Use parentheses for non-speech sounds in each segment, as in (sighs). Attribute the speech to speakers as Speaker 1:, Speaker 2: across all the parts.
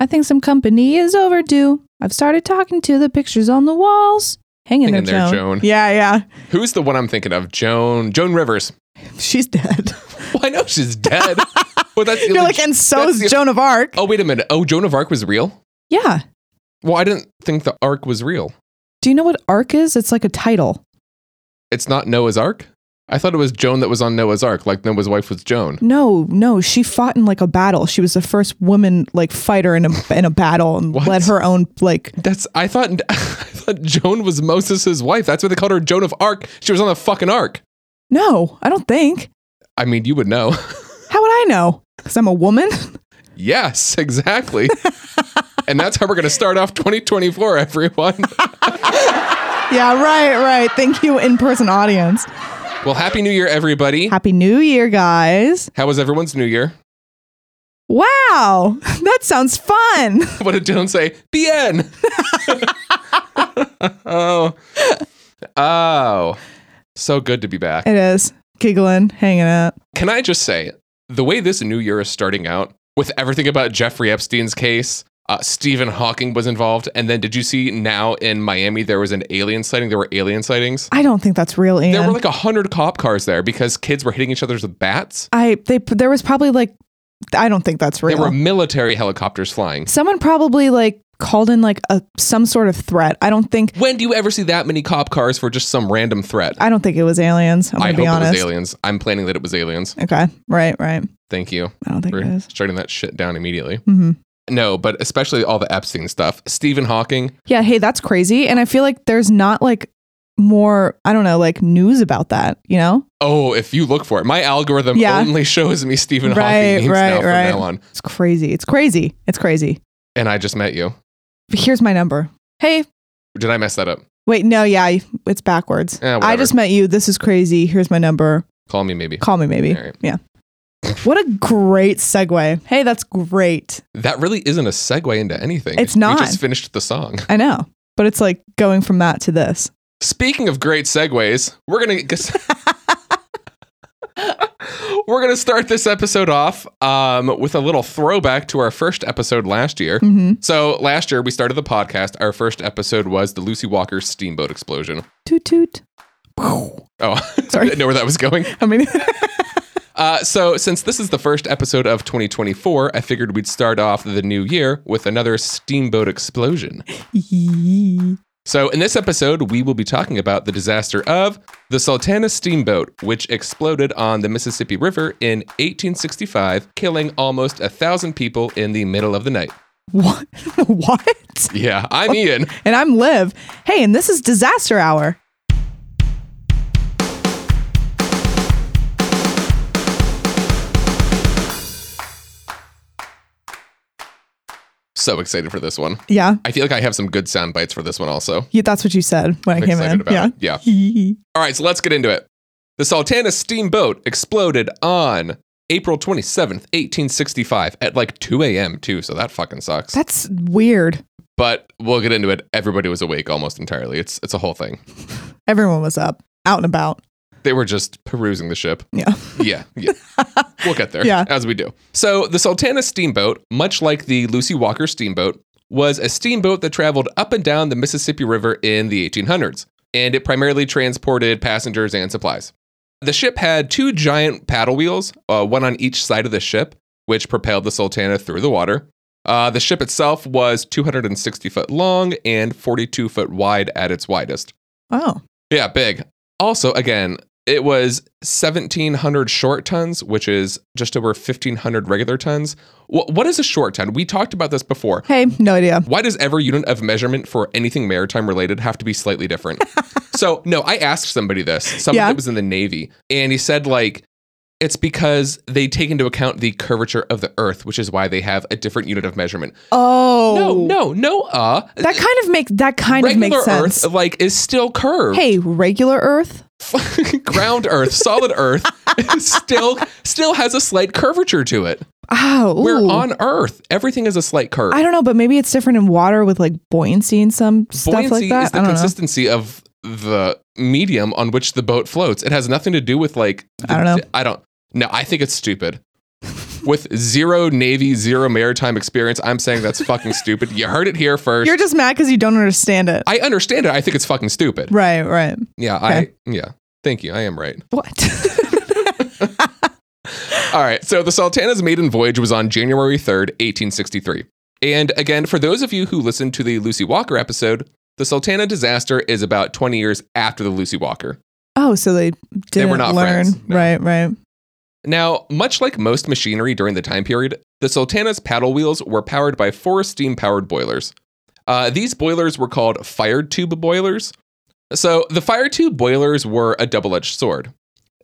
Speaker 1: I think some company is overdue. I've started talking to the pictures on the walls. Hang in
Speaker 2: Hang
Speaker 1: there,
Speaker 2: in there,
Speaker 1: Joan.
Speaker 2: Joan.
Speaker 3: Yeah, yeah. (laughs)
Speaker 2: Who's the one I'm thinking of? Joan. Joan Rivers. (laughs)
Speaker 3: She's dead.
Speaker 2: Well, I know she's (laughs) dead. well, that's the
Speaker 3: (laughs) You're
Speaker 2: only-
Speaker 3: like, and so's
Speaker 2: that's the-
Speaker 3: Joan of Arc.
Speaker 2: Oh, wait a minute. Oh, Joan of Arc was real?
Speaker 1: Yeah.
Speaker 2: Well, I didn't think the Ark was real.
Speaker 1: Do you know what Ark is? It's like a title.
Speaker 2: It's not Noah's Ark? I thought it was Joan that was on Noah's Ark, like Noah's wife was Joan.
Speaker 1: No, no, she fought in like a battle. She was the first woman like fighter in a in a battle and
Speaker 2: What?
Speaker 1: led her own like
Speaker 2: That's I thought (laughs) I thought Joan was Moses' wife. That's why they called her Joan of Arc. She was on the fucking Ark.
Speaker 1: No, I don't think.
Speaker 2: I mean, you would know. (laughs)
Speaker 1: How would I know? Cuz I'm a woman? (laughs)
Speaker 2: yes,
Speaker 3: (laughs)
Speaker 2: exactly. and that's how we're going to start off 2024,
Speaker 3: (laughs)
Speaker 2: everyone.
Speaker 1: yeah, right, right. Thank you in-person audience.
Speaker 2: well, happy New Year, everybody.
Speaker 1: Happy New Year, guys.
Speaker 2: How was everyone's New Year?
Speaker 1: Wow. (laughs) That sounds fun. (laughs)
Speaker 2: What did Joan say? Bien. oh, oh, so good to be back.
Speaker 1: It is. Giggling, hanging out.
Speaker 2: Can I just say the way this new year is starting out with everything about Jeffrey Epstein's case, uh, Stephen Hawking was involved, and then did you see now in Miami there was an alien sighting? There were alien sightings.
Speaker 1: I don't think that's real, Ian.
Speaker 2: There were like a hundred cop cars there because kids were hitting each other with bats.
Speaker 1: I they there was probably like I don't think that's real.
Speaker 2: There were military helicopters flying.
Speaker 1: Someone probably like called in like a some sort of threat. I don't think
Speaker 2: When do you ever see that many cop cars for just some random threat?
Speaker 1: I don't think it was aliens. I'm
Speaker 2: I
Speaker 1: gonna be
Speaker 2: hope it
Speaker 1: honest.
Speaker 2: was aliens. I'm planning that it was aliens.
Speaker 1: Okay. Right, right.
Speaker 2: Thank you
Speaker 1: I don't think it
Speaker 2: for
Speaker 1: is.
Speaker 2: shutting that shit down immediately.
Speaker 1: Mm-hmm.
Speaker 2: No, but especially all the Epstein stuff. Stephen Hawking,
Speaker 1: Yeah, hey, that's crazy. And I feel like there's not like more, I don't know, like news about that, you know?
Speaker 2: Oh, if you look for it, my algorithm
Speaker 1: Yeah.
Speaker 2: only (laughs) shows me Stephen
Speaker 1: Right,
Speaker 2: Hawking memes
Speaker 1: right,
Speaker 2: now from
Speaker 1: right.
Speaker 2: now on.
Speaker 1: It's crazy. It's crazy. It's crazy.
Speaker 2: And I just met you.
Speaker 1: But here's my number. Hey,
Speaker 2: Did I mess that up?
Speaker 1: wait, no, yeah, I- it's backwards.
Speaker 2: Eh,
Speaker 1: I
Speaker 2: whatever.
Speaker 1: just met you. This is crazy. Here's my number.
Speaker 2: Call me maybe.
Speaker 1: Call me maybe.
Speaker 2: All right.
Speaker 1: Yeah. What a great segue. Hey, that's great.
Speaker 2: That really isn't a segue into anything.
Speaker 1: It's
Speaker 2: We
Speaker 1: not.
Speaker 2: just finished the song. (laughs)
Speaker 1: I know. But it's like going from that to this.
Speaker 2: Speaking of great segues, we're gonna (laughs) we're gonna start this episode off um, with a little throwback to our first episode last year.
Speaker 1: Mm-hmm.
Speaker 2: So last year we started the podcast. Our first episode was the Lucy Walker steamboat explosion.
Speaker 1: Toot toot.
Speaker 2: Oh, (laughs) I
Speaker 1: Sorry.
Speaker 2: didn't know where that was going.
Speaker 1: I mean, (laughs)
Speaker 2: Uh, so, since this is the first episode of 2024, I figured we'd start off the new year with another steamboat explosion.
Speaker 1: Yee.
Speaker 2: So, in this episode, we will be talking about the disaster of the Sultana steamboat, which exploded on the Mississippi River in 1865, killing almost a thousand people in the middle of the night.
Speaker 1: what? (laughs) what?
Speaker 2: Yeah, I'm Ian.
Speaker 1: And I'm Liv. Hey, and this is Disaster Hour.
Speaker 2: So excited for this one.
Speaker 1: Yeah.
Speaker 2: I feel like I have some good sound bites for this one, also.
Speaker 1: Yeah, that's what you said when
Speaker 2: I'm
Speaker 1: I came
Speaker 2: excited
Speaker 1: in.
Speaker 2: about
Speaker 1: yeah.
Speaker 2: it. Yeah.
Speaker 1: Hee.
Speaker 2: All right, so let's get into it. The Sultana steamboat exploded on April 27th, 1865, at like 2 a.m., too, so that fucking sucks.
Speaker 1: That's weird.
Speaker 2: but we'll get into it. Everybody was awake almost entirely. It's, it's a whole thing.
Speaker 1: Everyone was up, out and about.
Speaker 2: They were just perusing the ship.
Speaker 1: Yeah.
Speaker 2: (laughs) Yeah, yeah. we'll get there,
Speaker 1: Yeah.
Speaker 2: as we do. So, the Sultana steamboat, much like the Lucy Walker steamboat, was a steamboat that traveled up and down the Mississippi River in the 1800s, and it primarily transported passengers and supplies. The ship had two giant paddle wheels, uh, one on each side of the ship, which propelled the Sultana through the water. Uh, the ship itself was 260 foot long and 42 foot wide at its widest.
Speaker 1: Oh.
Speaker 2: Yeah, big. Also, again, it was 1,700 short tons, which is just over 1,500 regular tons. Wh- what is a short ton? We talked about this before.
Speaker 1: Hey, no idea.
Speaker 2: Why does every unit of measurement for anything maritime related have to be
Speaker 1: (laughs)
Speaker 2: slightly different? so, no, I asked somebody this, somebody
Speaker 1: Yeah.
Speaker 2: that was in the Navy, and he said, like, it's because they take into account the curvature of the earth, which is why they have a different unit of measurement.
Speaker 1: Oh.
Speaker 2: No, no, no, uh.
Speaker 1: That kind of make that kind of
Speaker 2: regular
Speaker 1: makes sense.
Speaker 2: Earth, like, is still curved.
Speaker 1: Hey, regular Earth?
Speaker 2: (laughs) ground earth, solid earth (laughs) still still has a slight curvature to it.
Speaker 1: Oh.
Speaker 2: We're
Speaker 1: ooh.
Speaker 2: on earth. Everything is a slight curve.
Speaker 1: I don't know, but maybe it's different in water with like buoyancy and some stuff like
Speaker 2: Buoyancy
Speaker 1: that.
Speaker 2: is the
Speaker 1: I don't
Speaker 2: consistency of the medium on which the boat floats. It has nothing to do with like the-
Speaker 1: I don't know.
Speaker 2: I don't No, I think it's stupid. with zero Navy, zero maritime experience. I'm saying that's fucking stupid. You heard it here 1st
Speaker 1: (laughs) You're just mad because you don't understand it.
Speaker 2: I understand it. I think it's fucking stupid.
Speaker 1: right, right.
Speaker 2: Yeah, I
Speaker 1: Okay.
Speaker 2: yeah. Thank you. I am right.
Speaker 1: What? (laughs)
Speaker 2: All right. So the Sultana's maiden voyage was on January 3rd, 1863. And again, for those of you who listened to the Lucy Walker episode, the Sultana disaster is about 20 years after the Lucy Walker.
Speaker 1: oh, so they didn't
Speaker 2: were not
Speaker 1: learn.
Speaker 2: friends, no.
Speaker 1: Right, right.
Speaker 2: Now, much like most machinery during the time period, the Sultana's paddle wheels were powered by four steam powered boilers. Uh, these boilers were called fire tube boilers. So, the fire tube boilers were a double edged sword.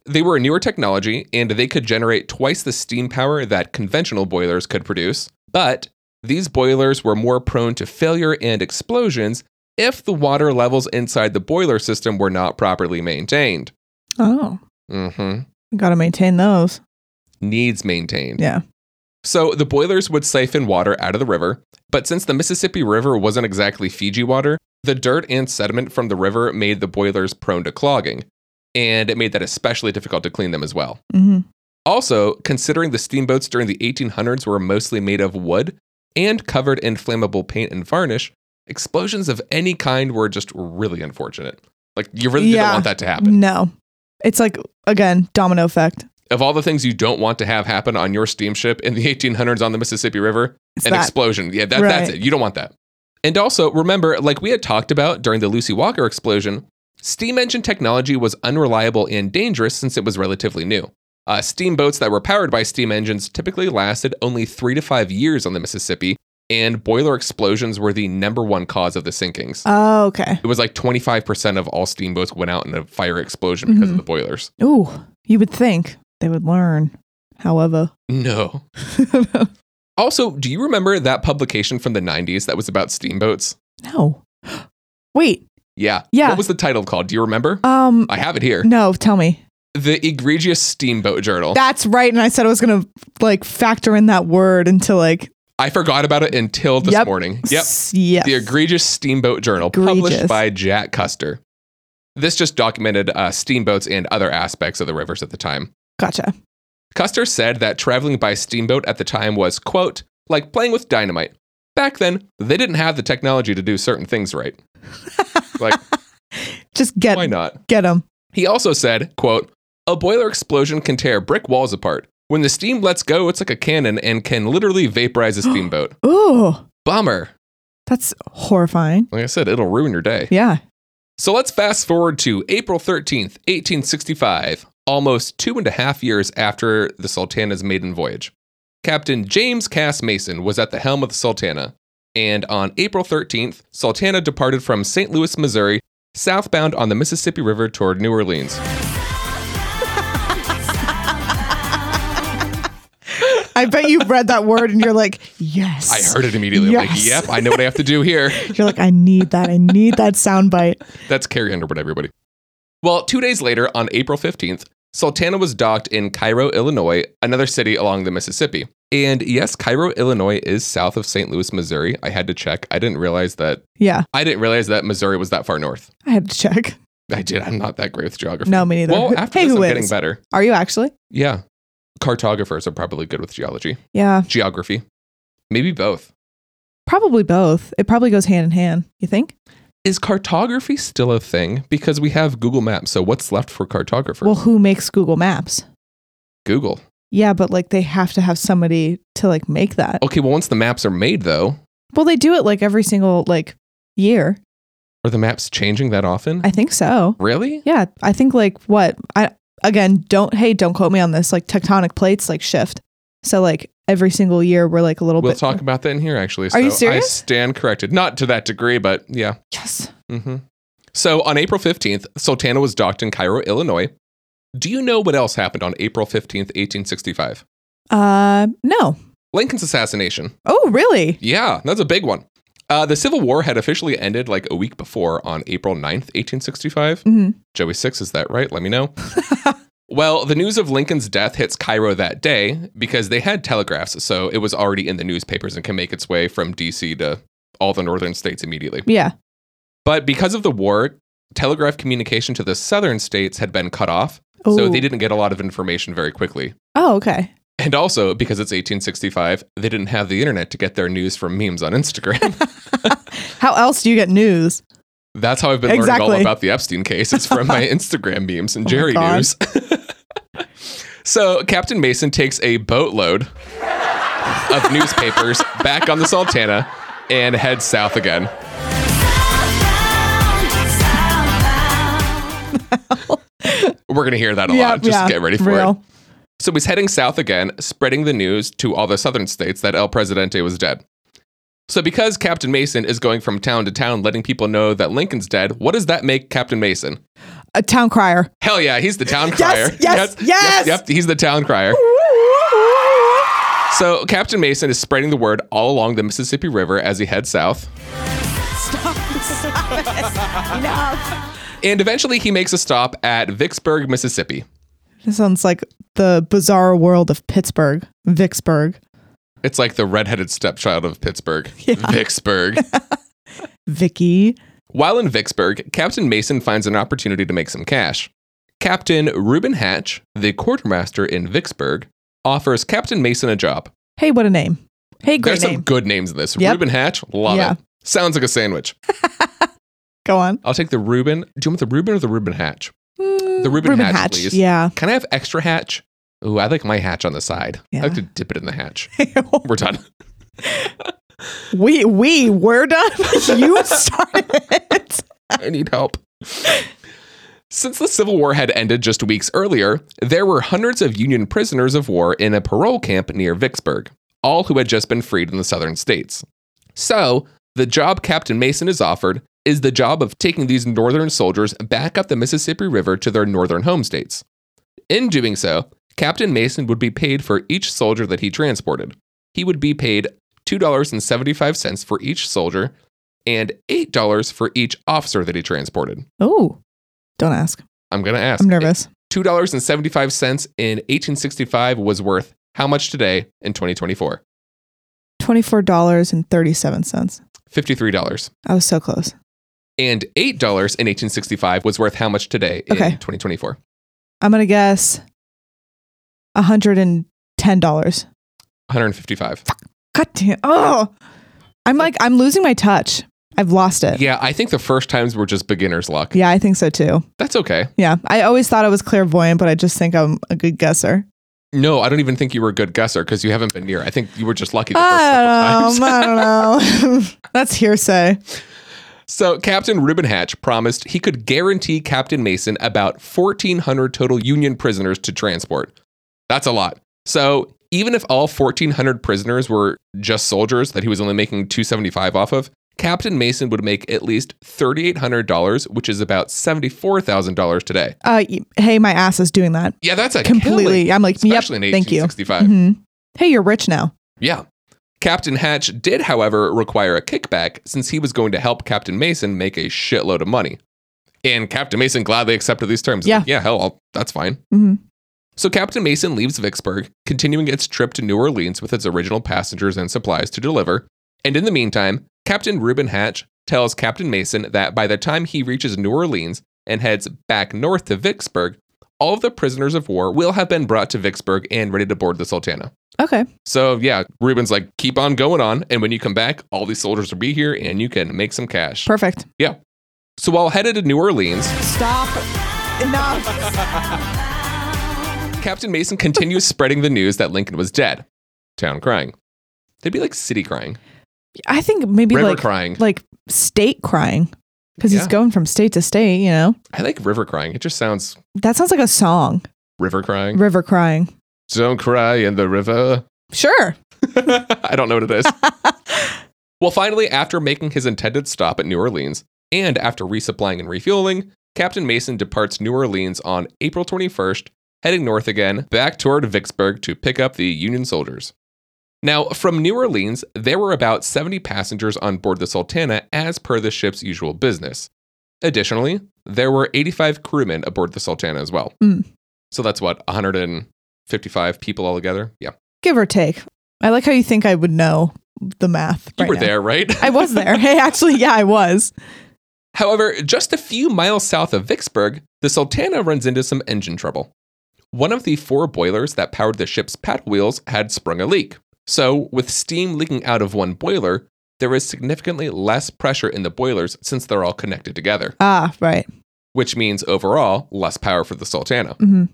Speaker 2: They were a newer technology and they could generate twice the steam power that conventional boilers could produce, but these boilers were more prone to failure and explosions if the water levels inside the boiler system were not properly maintained.
Speaker 1: Oh,
Speaker 2: hmm
Speaker 1: got to maintain those.
Speaker 2: needs maintained.
Speaker 1: Yeah.
Speaker 2: So the boilers would siphon water out of the river, but since the Mississippi River wasn't exactly Fiji water, the dirt and sediment from the river made the boilers prone to clogging, and it made that especially difficult to clean them as well.
Speaker 1: hmm
Speaker 2: Also, considering the steamboats during the 1800s were mostly made of wood and covered in flammable paint and varnish, explosions of any kind were just really unfortunate. Like, you really didn't
Speaker 1: Yeah. Mm.
Speaker 2: want that to happen.
Speaker 1: No, it's like again domino effect.
Speaker 2: Of all the things you don't want to have happen on your steamship in the 1800s on the Mississippi River,
Speaker 1: It's
Speaker 2: an
Speaker 1: that.
Speaker 2: explosion. Yeah, that, that's
Speaker 1: Right.
Speaker 2: it. You don't want that. And also, remember, like we had talked about during the Lucy Walker explosion, steam engine technology was unreliable and dangerous since it was relatively new. Uh, steamboats that were powered by steam engines typically lasted only three to five years on the Mississippi, and boiler explosions were the number one cause of the sinkings.
Speaker 1: oh, okay.
Speaker 2: it was like 25% of all steamboats went out in a fire explosion because
Speaker 1: Mhm.
Speaker 2: of the boilers.
Speaker 1: Ooh, you would think they would learn. However, (laughs)
Speaker 2: No. Also, do you remember that publication from the 90s that was about steamboats?
Speaker 1: no. (gasps) Wait.
Speaker 2: Yeah.
Speaker 1: Yeah.
Speaker 2: What was the title called? Do you remember?
Speaker 1: Um.
Speaker 2: I have it here.
Speaker 1: no, tell me.
Speaker 2: The Egregious Steamboat Journal.
Speaker 1: That's right. And I said I was gonna like factor in that word into like
Speaker 2: I forgot about it until this
Speaker 1: Yep.
Speaker 2: morning. Yep.
Speaker 1: s- yes.
Speaker 2: The Egregious Steamboat Journal, published
Speaker 1: Egregious.
Speaker 2: by Jack Custer. This just documented uh, steamboats and other aspects of the rivers at the time.
Speaker 1: Gotcha.
Speaker 2: Custer said that traveling by steamboat at the time was, quote, like playing with dynamite. Back then, they didn't have the technology to do certain
Speaker 1: (laughs)
Speaker 2: things right. Like-
Speaker 1: just get
Speaker 2: Why not?
Speaker 1: get them.
Speaker 2: He also said, quote, a boiler explosion can tear brick walls apart. When the steam lets go, it's like a cannon and can literally vaporize a steamboat.
Speaker 1: Ooh,
Speaker 2: Bummer.
Speaker 1: that's horrifying.
Speaker 2: Like I said, it'll ruin your day.
Speaker 1: Yeah.
Speaker 2: So let's fast forward to April 13th, 1865, almost two and a half years after the Sultana's maiden voyage. Captain James Cass Mason was at the helm of the Sultana, and on April 13th, Sultana departed from St. Louis, Missouri, southbound on the Mississippi River toward New Orleans.
Speaker 1: I bet you read that word and you're like, yes.
Speaker 2: I heard it immediately. I'm like,
Speaker 1: Yes.
Speaker 2: yep, I know what I have to
Speaker 1: (laughs)
Speaker 2: do here.
Speaker 1: You're like, I need that. I need that sound bite.
Speaker 2: That's Carrie Underwood, everybody. Well, two days later, on April 15th, Sultana was docked in Cairo, Illinois, another city along the Mississippi. And yes, Cairo, Illinois is south of St. Louis, Missouri. I had to check. I didn't realize that
Speaker 1: Yeah,
Speaker 2: I didn't realize that Missouri was that far north.
Speaker 1: I had to check.
Speaker 2: I did. I'm not that great with geography.
Speaker 1: No, me neither.
Speaker 2: Well, after
Speaker 1: hey,
Speaker 2: this,
Speaker 1: who
Speaker 2: I'm
Speaker 1: is?
Speaker 2: getting better.
Speaker 1: Are you actually?
Speaker 2: Yeah. Cartographers are probably good with geology.
Speaker 1: Yeah,
Speaker 2: Geography. Maybe both.
Speaker 1: probably both. It probably goes hand in hand. You think?
Speaker 2: Is cartography still a thing? Because we have Google Maps. So what's left for cartographers?
Speaker 1: Well, who makes Google Maps?
Speaker 2: Google.
Speaker 1: Yeah, but like they have to have somebody to like make that.
Speaker 2: Okay, well, once the maps are made, though,
Speaker 1: Well, they do it like every single like year.
Speaker 2: are the maps changing that often?
Speaker 1: I think so.
Speaker 2: really?
Speaker 1: Yeah, I think like what I again don't hey don't quote me on this like tectonic plates like shift. So like every single year we're like a little
Speaker 2: We'll
Speaker 1: bit.
Speaker 2: talk about that in here, actually.
Speaker 1: Are you
Speaker 2: I
Speaker 1: serious?
Speaker 2: stand corrected. Not to that degree, but yeah.
Speaker 1: yes.
Speaker 2: hmm So on April 15th, Sultana was docked in Cairo, Illinois. Do you know what else happened on April 15th, 1865?
Speaker 1: Uh no.
Speaker 2: Lincoln's assassination.
Speaker 1: Oh really?
Speaker 2: Yeah, that's a big one. Uh, the Civil War had officially ended like a week before on April 9th, 1865.
Speaker 1: hmm
Speaker 2: Joey Six, is that right? Let me know. well, the news of Lincoln's death hits Cairo that day because they had telegraphs, so it was already in the newspapers and can make its way from DC to all the northern states immediately.
Speaker 1: Yeah.
Speaker 2: But because of the war, telegraph communication to the southern states had been cut off, so
Speaker 1: Ooh.
Speaker 2: they didn't get a lot of information very quickly.
Speaker 1: Oh okay.
Speaker 2: And also, because it's 1865, they didn't have the internet to get their news from memes on Instagram.
Speaker 1: How else do you get news?
Speaker 2: That's how I've been learning all
Speaker 1: Exactly. Oh
Speaker 2: about the Epstein case. It's
Speaker 1: (laughs)
Speaker 2: from my Instagram memes and Jerry
Speaker 1: God. (laughs)
Speaker 2: news. so Captain Mason takes a boatload of newspapers back on the Sultana and heads
Speaker 1: (laughs)
Speaker 2: south again. We're going to hear that a lot. Just get ready for it.
Speaker 1: real.
Speaker 2: So he's heading south again, spreading the news to all the southern states that El Presidente was dead. So, because Captain Mason is going from town to town letting people know that Lincoln's dead, what does that make Captain Mason?
Speaker 1: A town crier.
Speaker 2: Hell yeah, he's the town crier.
Speaker 1: (laughs) Yes, yes, yes!
Speaker 2: Yep, yep, he's the town crier. So, Captain Mason is spreading the word all along the Mississippi River as he heads south. And eventually, he makes a stop at Vicksburg, Mississippi.
Speaker 1: This sounds like the bizarre world of Pittsburgh, Vicksburg,
Speaker 2: It's like the redheaded stepchild
Speaker 1: (laughs)
Speaker 2: of Pittsburgh, Vicksburg.
Speaker 1: Vicky.
Speaker 2: While in Vicksburg, Captain Mason finds an opportunity to make some cash. Captain Reuben Hatch, the quartermaster in Vicksburg, offers Captain Mason a job.
Speaker 1: Hey, what a name. Hey, great
Speaker 2: There's
Speaker 1: name.
Speaker 2: some good names in this.
Speaker 1: Yep.
Speaker 2: Reuben Hatch, love
Speaker 1: Yeah.
Speaker 2: it. Sounds like a sandwich.
Speaker 1: Go on.
Speaker 2: I'll take the Reuben. Do you want the Reuben or the Reuben Hatch? The Reuben,
Speaker 1: Reuben
Speaker 2: Hatch,
Speaker 1: Hatch.
Speaker 2: please.
Speaker 1: Yeah. (laughs)
Speaker 2: Can I have extra hatch? Ooh, I like my hatch on the side. I like
Speaker 1: Yeah.
Speaker 2: to dip it in the hatch. We're done.
Speaker 1: we we were done. (laughs) you started.
Speaker 2: (laughs) I need help. Since the Civil War had ended just weeks earlier, there were hundreds of Union prisoners of war in a parole camp near Vicksburg, all who had just been freed in the southern states. So, the job Captain Mason is offered is the job of taking these northern soldiers back up the Mississippi River to their northern home states. In doing so, Captain Mason would be paid for each soldier that he transported. He would be paid $2.75 for each soldier and $8 for each officer that he transported.
Speaker 1: Oh, don't ask.
Speaker 2: I'm going to ask.
Speaker 1: I'm nervous.
Speaker 2: $2.75 in 1865 was worth how much today in 2024?
Speaker 1: Twenty four dollars and thirty seven cents.
Speaker 2: $53.
Speaker 1: I was so close.
Speaker 2: And $8 in 1865 was worth how much today in
Speaker 1: Okay.
Speaker 2: 2024?
Speaker 1: I'm gonna guess hundred and ten dollars.
Speaker 2: 155.
Speaker 1: God damn. Oh, I'm like I'm losing my touch. I've lost it. Yeah,
Speaker 2: Yeah, I think the first times were just beginner's luck.
Speaker 1: I think so too.
Speaker 2: That's okay.
Speaker 1: Yeah, I always thought I was clairvoyant, but I just think I'm a good guesser.
Speaker 2: No, I don't even think you were a good guesser because you haven't been near. I think you were just lucky the first
Speaker 1: I don't know.
Speaker 2: couple times.
Speaker 1: Um, I don't
Speaker 2: (laughs)
Speaker 1: know. (laughs) That's hearsay.
Speaker 2: So Captain Reuben Hatch promised he could guarantee Captain Mason about 1,400 total Union prisoners to transport. That's a lot. So even if all 1,400 prisoners were just soldiers that he was only making 275 off of, Captain Mason would make at least $3,800, which is about $74,000 today.
Speaker 1: Uh, y- hey, my ass is doing that
Speaker 2: Yeah, that's a
Speaker 1: completely.
Speaker 2: killing,
Speaker 1: I'm like, yep.
Speaker 2: especially uh, in
Speaker 1: Thank you.
Speaker 2: 1865.
Speaker 1: Mhm. Hey, you're rich now.
Speaker 2: Yeah. Captain Hatch did, however, require a kickback since he was going to help Captain Mason make a shitload of money. And Captain Mason gladly accepted these terms.
Speaker 1: Yeah.
Speaker 2: Like, yeah, hell, I'll, that's fine.
Speaker 1: Mhm.
Speaker 2: So Captain Mason leaves Vicksburg, continuing its trip to New Orleans with its original passengers and supplies to deliver. And in the meantime, Captain Reuben Hatch tells Captain Mason that by the time he reaches New Orleans and heads back north to Vicksburg, all of the prisoners of war will have been brought to Vicksburg and ready to board the Sultana.
Speaker 1: Okay.
Speaker 2: So yeah, Ruben's like, keep on going on, and when you come back, all these soldiers will be here, and you can make some cash.
Speaker 1: Perfect.
Speaker 2: yeah. So while headed to New Orleans,
Speaker 1: Stop. Enough.
Speaker 2: Captain Mason continues spreading the news that Lincoln was dead. Town crying. They'd be like city crying,
Speaker 1: I think maybe
Speaker 2: river
Speaker 1: like
Speaker 2: crying.
Speaker 1: like state crying because
Speaker 2: Yeah.
Speaker 1: he's going from state to state. You know,
Speaker 2: I like river crying. It just sounds
Speaker 1: that sounds like a song.
Speaker 2: river crying.
Speaker 1: River crying.
Speaker 2: Don't cry in the river.
Speaker 1: Sure.
Speaker 2: (laughs) I don't know what
Speaker 1: (laughs)
Speaker 2: it is. well, finally, after making his intended stop at New Orleans and after resupplying and refueling, Captain Mason departs New Orleans on April 21st, heading north again back toward Vicksburg to pick up the Union soldiers. Now, from New Orleans, there were about 70 passengers on board the Sultana as per the ship's usual business. Additionally, there were 85 crewmen aboard the Sultana as well.
Speaker 1: Mm.
Speaker 2: So that's what, 155 people altogether? Yeah.
Speaker 1: Give or take. I like how you think I would know the math.
Speaker 2: You
Speaker 1: right
Speaker 2: were
Speaker 1: now.
Speaker 2: there, right?
Speaker 1: I was there.
Speaker 2: (laughs)
Speaker 1: Hey, actually, yeah, I was.
Speaker 2: However, just a few miles south of Vicksburg, the Sultana runs into some engine trouble. One of the four boilers that powered the ship's paddle wheels had sprung a leak. So, with steam leaking out of one boiler, there is significantly less pressure in the boilers since they're all connected together,
Speaker 1: Ah, right.
Speaker 2: which means overall less power for the Sultana.
Speaker 1: Mm-hmm.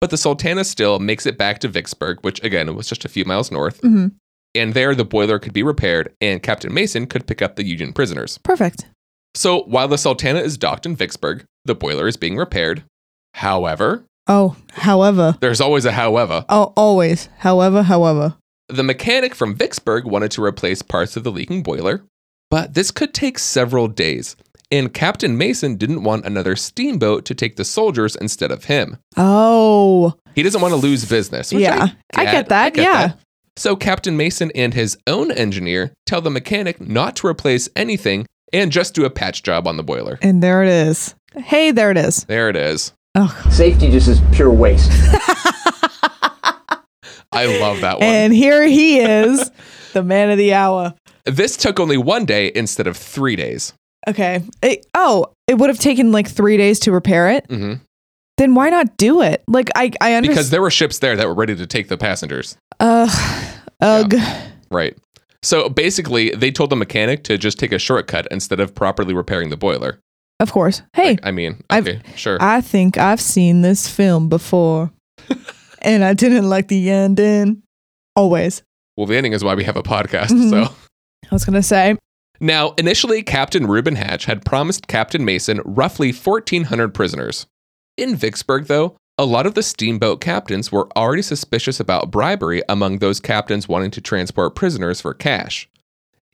Speaker 2: But the Sultana still makes it back to Vicksburg, which again was just a few miles north,
Speaker 1: Mm-hmm.
Speaker 2: and there the boiler could be repaired and Captain Mason could pick up the Union prisoners.
Speaker 1: Perfect.
Speaker 2: So while the Sultana is docked in Vicksburg, the boiler is being repaired. However,
Speaker 1: Oh, however.
Speaker 2: there's always a however.
Speaker 1: Oh, always. However, however.
Speaker 2: The mechanic from Vicksburg wanted to replace parts of the leaking boiler, but this could take several days, and Captain Mason didn't want another steamboat to take the soldiers instead of him.
Speaker 1: Oh,
Speaker 2: He doesn't want to lose business. which
Speaker 1: yeah. I, get that.
Speaker 2: I get
Speaker 1: yeah.
Speaker 2: that. So Captain Mason and his own engineer tell the mechanic not to replace anything and just do a patch job on the boiler.
Speaker 1: And there it is. Hey, there it is.
Speaker 2: There it is.
Speaker 1: Oh.
Speaker 3: Safety just is pure waste.
Speaker 2: I love that one.
Speaker 1: And here he
Speaker 2: (laughs)
Speaker 1: is, the man of the hour.
Speaker 2: this took only one day instead of three days.
Speaker 1: Okay. It- oh, it would have taken like three days to repair it.
Speaker 2: hmm
Speaker 1: Then why not do it? Like, I, I
Speaker 2: Because
Speaker 1: understand.
Speaker 2: there were ships there that were ready to take the passengers.
Speaker 1: Ugh. Ugh.
Speaker 2: Right. So basically, they told the mechanic to just take a shortcut instead of properly repairing the boiler.
Speaker 1: Of course. Hey,
Speaker 2: I mean,
Speaker 1: I've-
Speaker 2: okay, sure.
Speaker 1: I think I've seen this film
Speaker 2: (laughs)
Speaker 1: before. and I didn't like the ending. Always.
Speaker 2: well, the ending is why we have a podcast.
Speaker 1: Mhm.
Speaker 2: So.
Speaker 1: I was going to say,
Speaker 2: Now, initially, Captain Reuben Hatch had promised Captain Mason roughly 1,400 prisoners. In Vicksburg, though, a lot of the steamboat captains were already suspicious about bribery among those captains wanting to transport prisoners for cash.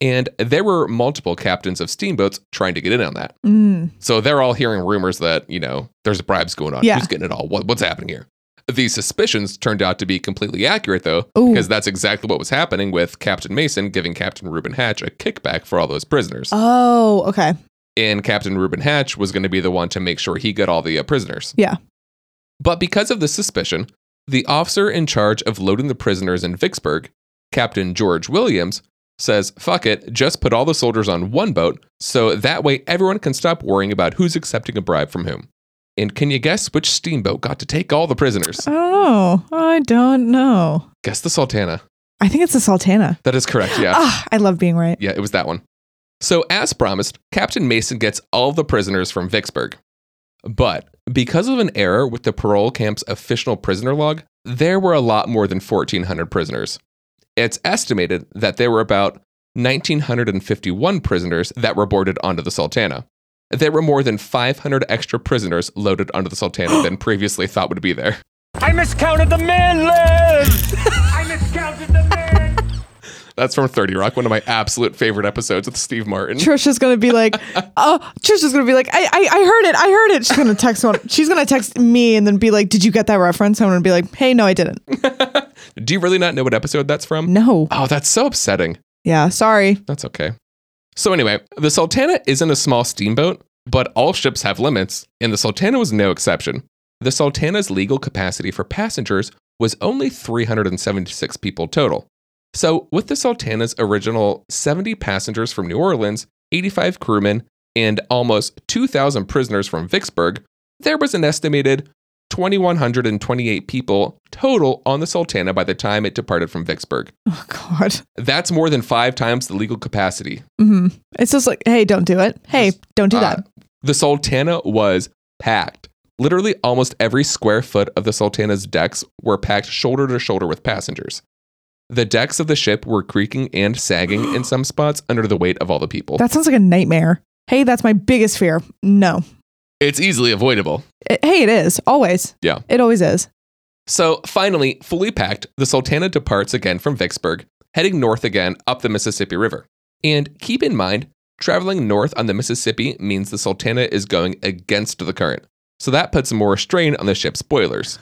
Speaker 2: And there were multiple captains of steamboats trying to get in on that.
Speaker 1: mm,
Speaker 2: So they're all hearing rumors that, you know, there's bribes going on.
Speaker 1: Yeah.
Speaker 2: Who's getting it all? What, what's happening here? These suspicions turned out to be completely accurate, though,
Speaker 1: Ooh.
Speaker 2: because that's exactly what was happening with Captain Mason giving Captain Reuben Hatch a kickback for all those prisoners.
Speaker 1: oh, okay.
Speaker 2: and Captain Reuben Hatch was going to be the one to make sure he got all the uh, prisoners.
Speaker 1: Yeah.
Speaker 2: But because of this suspicion, the officer in charge of loading the prisoners in Vicksburg, Captain George Williams, says, fuck it, just put all the soldiers on one boat so that way everyone can stop worrying about who's accepting a bribe from whom. And can you guess which steamboat got to take all
Speaker 1: (laughs)
Speaker 2: the prisoners?
Speaker 1: I don't know. I don't know.
Speaker 2: Guess the Sultana.
Speaker 1: I think it's the Sultana.
Speaker 2: That is
Speaker 1: (laughs)
Speaker 2: correct, yeah.
Speaker 1: Ah, I love being right.
Speaker 2: Yeah, it was that one. So, as promised, Captain Mason gets all the prisoners from Vicksburg. But because of an error with the parole camp's official prisoner log, there were a lot more than 1,400 prisoners. It's estimated that there were about 1,951 prisoners that were boarded onto the Sultana. There were more than 500 extra prisoners loaded onto the Sultana than previously thought would be there.
Speaker 4: I miscounted the man lives! I miscounted the man!
Speaker 2: That's from 30 Rock, one of my absolute favorite episodes with Steve Martin.
Speaker 1: Trisha's gonna be like, oh, Trisha's gonna be like, I, I, I heard it, I heard it. She's gonna text one. She's gonna text me and then be like, did you get that reference? I'm gonna be like, hey, no, I didn't.
Speaker 2: (laughs) Do you really not know what episode that's from?
Speaker 1: No.
Speaker 2: Oh, that's so upsetting.
Speaker 1: Yeah, sorry.
Speaker 2: That's okay. So, anyway, the Sultana isn't a small steamboat, but all ships have limits, and the Sultana was no exception. The Sultana's legal capacity for passengers was only 376 people total. So, with the Sultana's original 70 passengers from New Orleans, 85 crewmen, and almost 2,000 prisoners from Vicksburg, there was an estimated 2,128 people total on the Sultana by the time it departed from Vicksburg.
Speaker 1: Oh God.
Speaker 2: That's more than five times the legal capacity.
Speaker 1: hmm It's just like, hey, don't do it. Hey, don't do
Speaker 2: Uh,
Speaker 1: that.
Speaker 2: The Sultana was packed. Literally, almost every square foot of the Sultana's decks were packed shoulder to shoulder with passengers. The decks of the ship were creaking
Speaker 1: (gasps)
Speaker 2: and sagging in some spots under the weight of all the people.
Speaker 1: That sounds like a nightmare. Hey, that's my biggest fear. No.
Speaker 2: It's easily avoidable.
Speaker 1: It- hey, it is always.
Speaker 2: Yeah.
Speaker 1: It always is.
Speaker 2: So, finally, fully packed, the Sultana departs again from Vicksburg, heading north again up the Mississippi River. And keep in mind, traveling north on the Mississippi means the Sultana is going against the current. So, that puts more strain on the ship's boilers.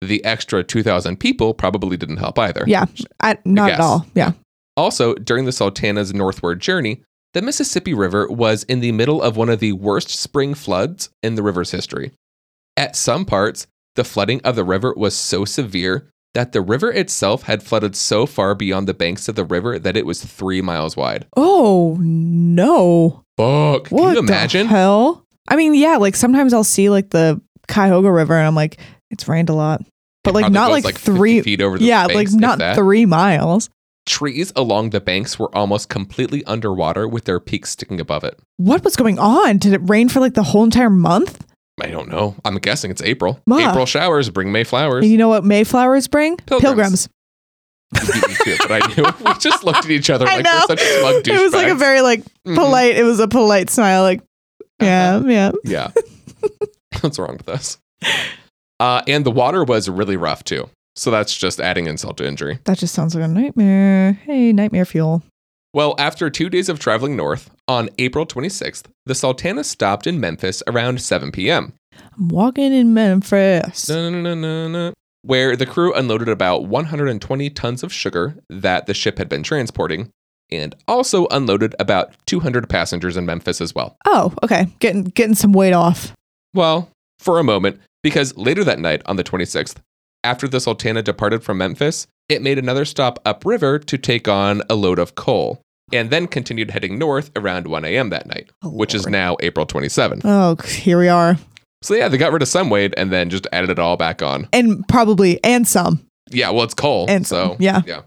Speaker 2: the extra 2,000 people probably didn't help either.
Speaker 1: Yeah. I, not
Speaker 2: guess.
Speaker 1: at all. Yeah.
Speaker 2: Also, during the Sultana's northward journey, the Mississippi River was in the middle of one of the worst spring floods in the river's history. At some parts, the flooding of the river was so severe that the river itself had flooded so far beyond the banks of the river that it was three miles wide.
Speaker 1: Oh no!
Speaker 2: Fuck. Can
Speaker 1: What
Speaker 2: you
Speaker 1: the
Speaker 2: imagine?
Speaker 1: hell? I mean, yeah. Like sometimes I'll see like the Cuyahoga River, and I'm like, It's rained a lot, but like
Speaker 2: probably
Speaker 1: not
Speaker 2: goes,
Speaker 1: like,
Speaker 2: like, 50
Speaker 1: three
Speaker 2: feet over the
Speaker 1: yeah,
Speaker 2: banks,
Speaker 1: like
Speaker 2: if
Speaker 1: not
Speaker 2: that.
Speaker 1: three miles.
Speaker 2: Trees along the banks were almost completely underwater with their peaks sticking above it.
Speaker 1: What was going on? Did it rain for like the whole entire month?
Speaker 2: I don't know. I'm guessing it's April.
Speaker 1: Ma.
Speaker 2: April showers bring May flowers.
Speaker 1: And you know what Mayflowers bring?
Speaker 2: Pilgrims. You beat me to it, but I knew. (laughs) We just looked at each other
Speaker 1: I
Speaker 2: like
Speaker 1: know.
Speaker 2: we're such smug
Speaker 1: (laughs)
Speaker 2: douchebags.
Speaker 1: it was like a very like
Speaker 2: Mhm.
Speaker 1: polite. It was a polite smile. Like
Speaker 2: Uh-huh.
Speaker 1: yeah, yeah.
Speaker 2: Yeah. (laughs) What's wrong with us? Uh, and the water was really rough too. So that's just adding insult to injury.
Speaker 1: That just sounds like a nightmare. Hey, nightmare fuel.
Speaker 2: Well, after two days of traveling north, on April 26th, the Sultana stopped in Memphis around 7 p.m.,
Speaker 1: I'm walking in Memphis.
Speaker 2: Uh. Da-na-na-na-na. where the crew unloaded about 120 tons of sugar that the ship had been transporting and also unloaded about 200 passengers in Memphis as well.
Speaker 1: Oh, okay. Getting getting some weight off.
Speaker 2: Well, for a moment, because later that night on the 26th, after the Sultana departed from Memphis, it made another stop upriver to take on a load of coal and then continued heading north around 1 a.m. that night,
Speaker 1: Oh,
Speaker 2: which is
Speaker 1: Lord.
Speaker 2: now April 27th.
Speaker 1: Oh, here we are,
Speaker 2: So, yeah, they got rid of some weight and then just added it all back on.
Speaker 1: and probably and some.
Speaker 2: Yeah, well, it's coal.
Speaker 1: And
Speaker 2: so,
Speaker 1: some, yeah.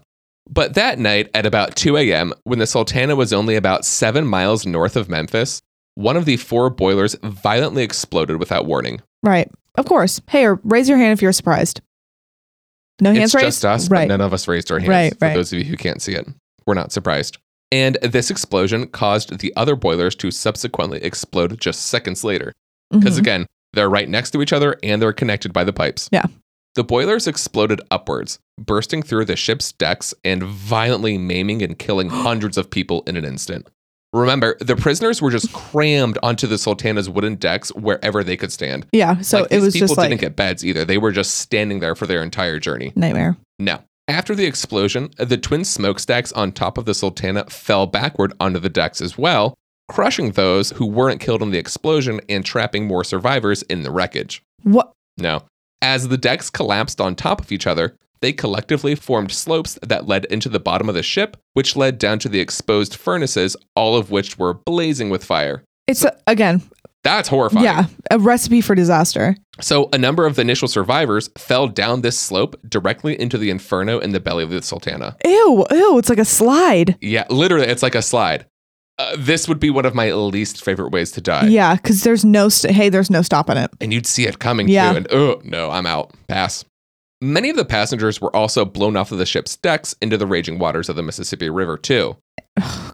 Speaker 2: But that night at about 2 a.m., when the Sultana was only about seven miles north of Memphis, one of the four boilers violently exploded without warning.
Speaker 1: Right. Of course. Hey, or raise your hand if you're surprised. No hands
Speaker 2: it's
Speaker 1: raised.
Speaker 2: just us,
Speaker 1: right.
Speaker 2: but none of us raised our hands.
Speaker 1: Right,
Speaker 2: for
Speaker 1: right.
Speaker 2: those of you who can't see it, we're not surprised. And this explosion caused the other boilers to subsequently explode just seconds later. Because
Speaker 1: Mhm.
Speaker 2: again, they're right next to each other and they're connected by the pipes.
Speaker 1: Yeah.
Speaker 2: The boilers exploded upwards, bursting through the ship's decks and violently maiming
Speaker 1: (gasps)
Speaker 2: and killing hundreds of people in an instant. Remember, the prisoners were just crammed onto the Sultana's wooden decks wherever they could stand.
Speaker 1: yeah. So
Speaker 2: Like,
Speaker 1: it
Speaker 2: these
Speaker 1: was
Speaker 2: people
Speaker 1: just
Speaker 2: didn't
Speaker 1: like
Speaker 2: get beds either. They were just standing there for their entire journey.
Speaker 1: nightmare.
Speaker 2: No. After the explosion, the twin smokestacks on top of the Sultana fell backward onto the decks as well, crushing those who weren't killed in the explosion and trapping more survivors in the wreckage.
Speaker 1: What?
Speaker 2: No. As the decks collapsed on top of each other, they collectively formed slopes that led into the bottom of the ship, which led down to the exposed furnaces, all of which were blazing with fire.
Speaker 1: It's a, again,
Speaker 2: That's horrifying.
Speaker 1: yeah, a recipe for disaster.
Speaker 2: So, a number of the initial survivors fell down this slope directly into the inferno in the belly of the Sultana.
Speaker 1: Ew, ew. It's like a slide.
Speaker 2: Yeah, literally, it's like a slide. Uh, this would be one of my least favorite ways to die.
Speaker 1: Yeah, because there's no st- hey, there's no stopping it.
Speaker 2: And you'd see it coming
Speaker 1: Yeah.
Speaker 2: too. And oh, no, I'm out. Pass. Many of the passengers were also blown off of the ship's decks into the raging waters of the Mississippi
Speaker 1: (sighs)
Speaker 2: River, too.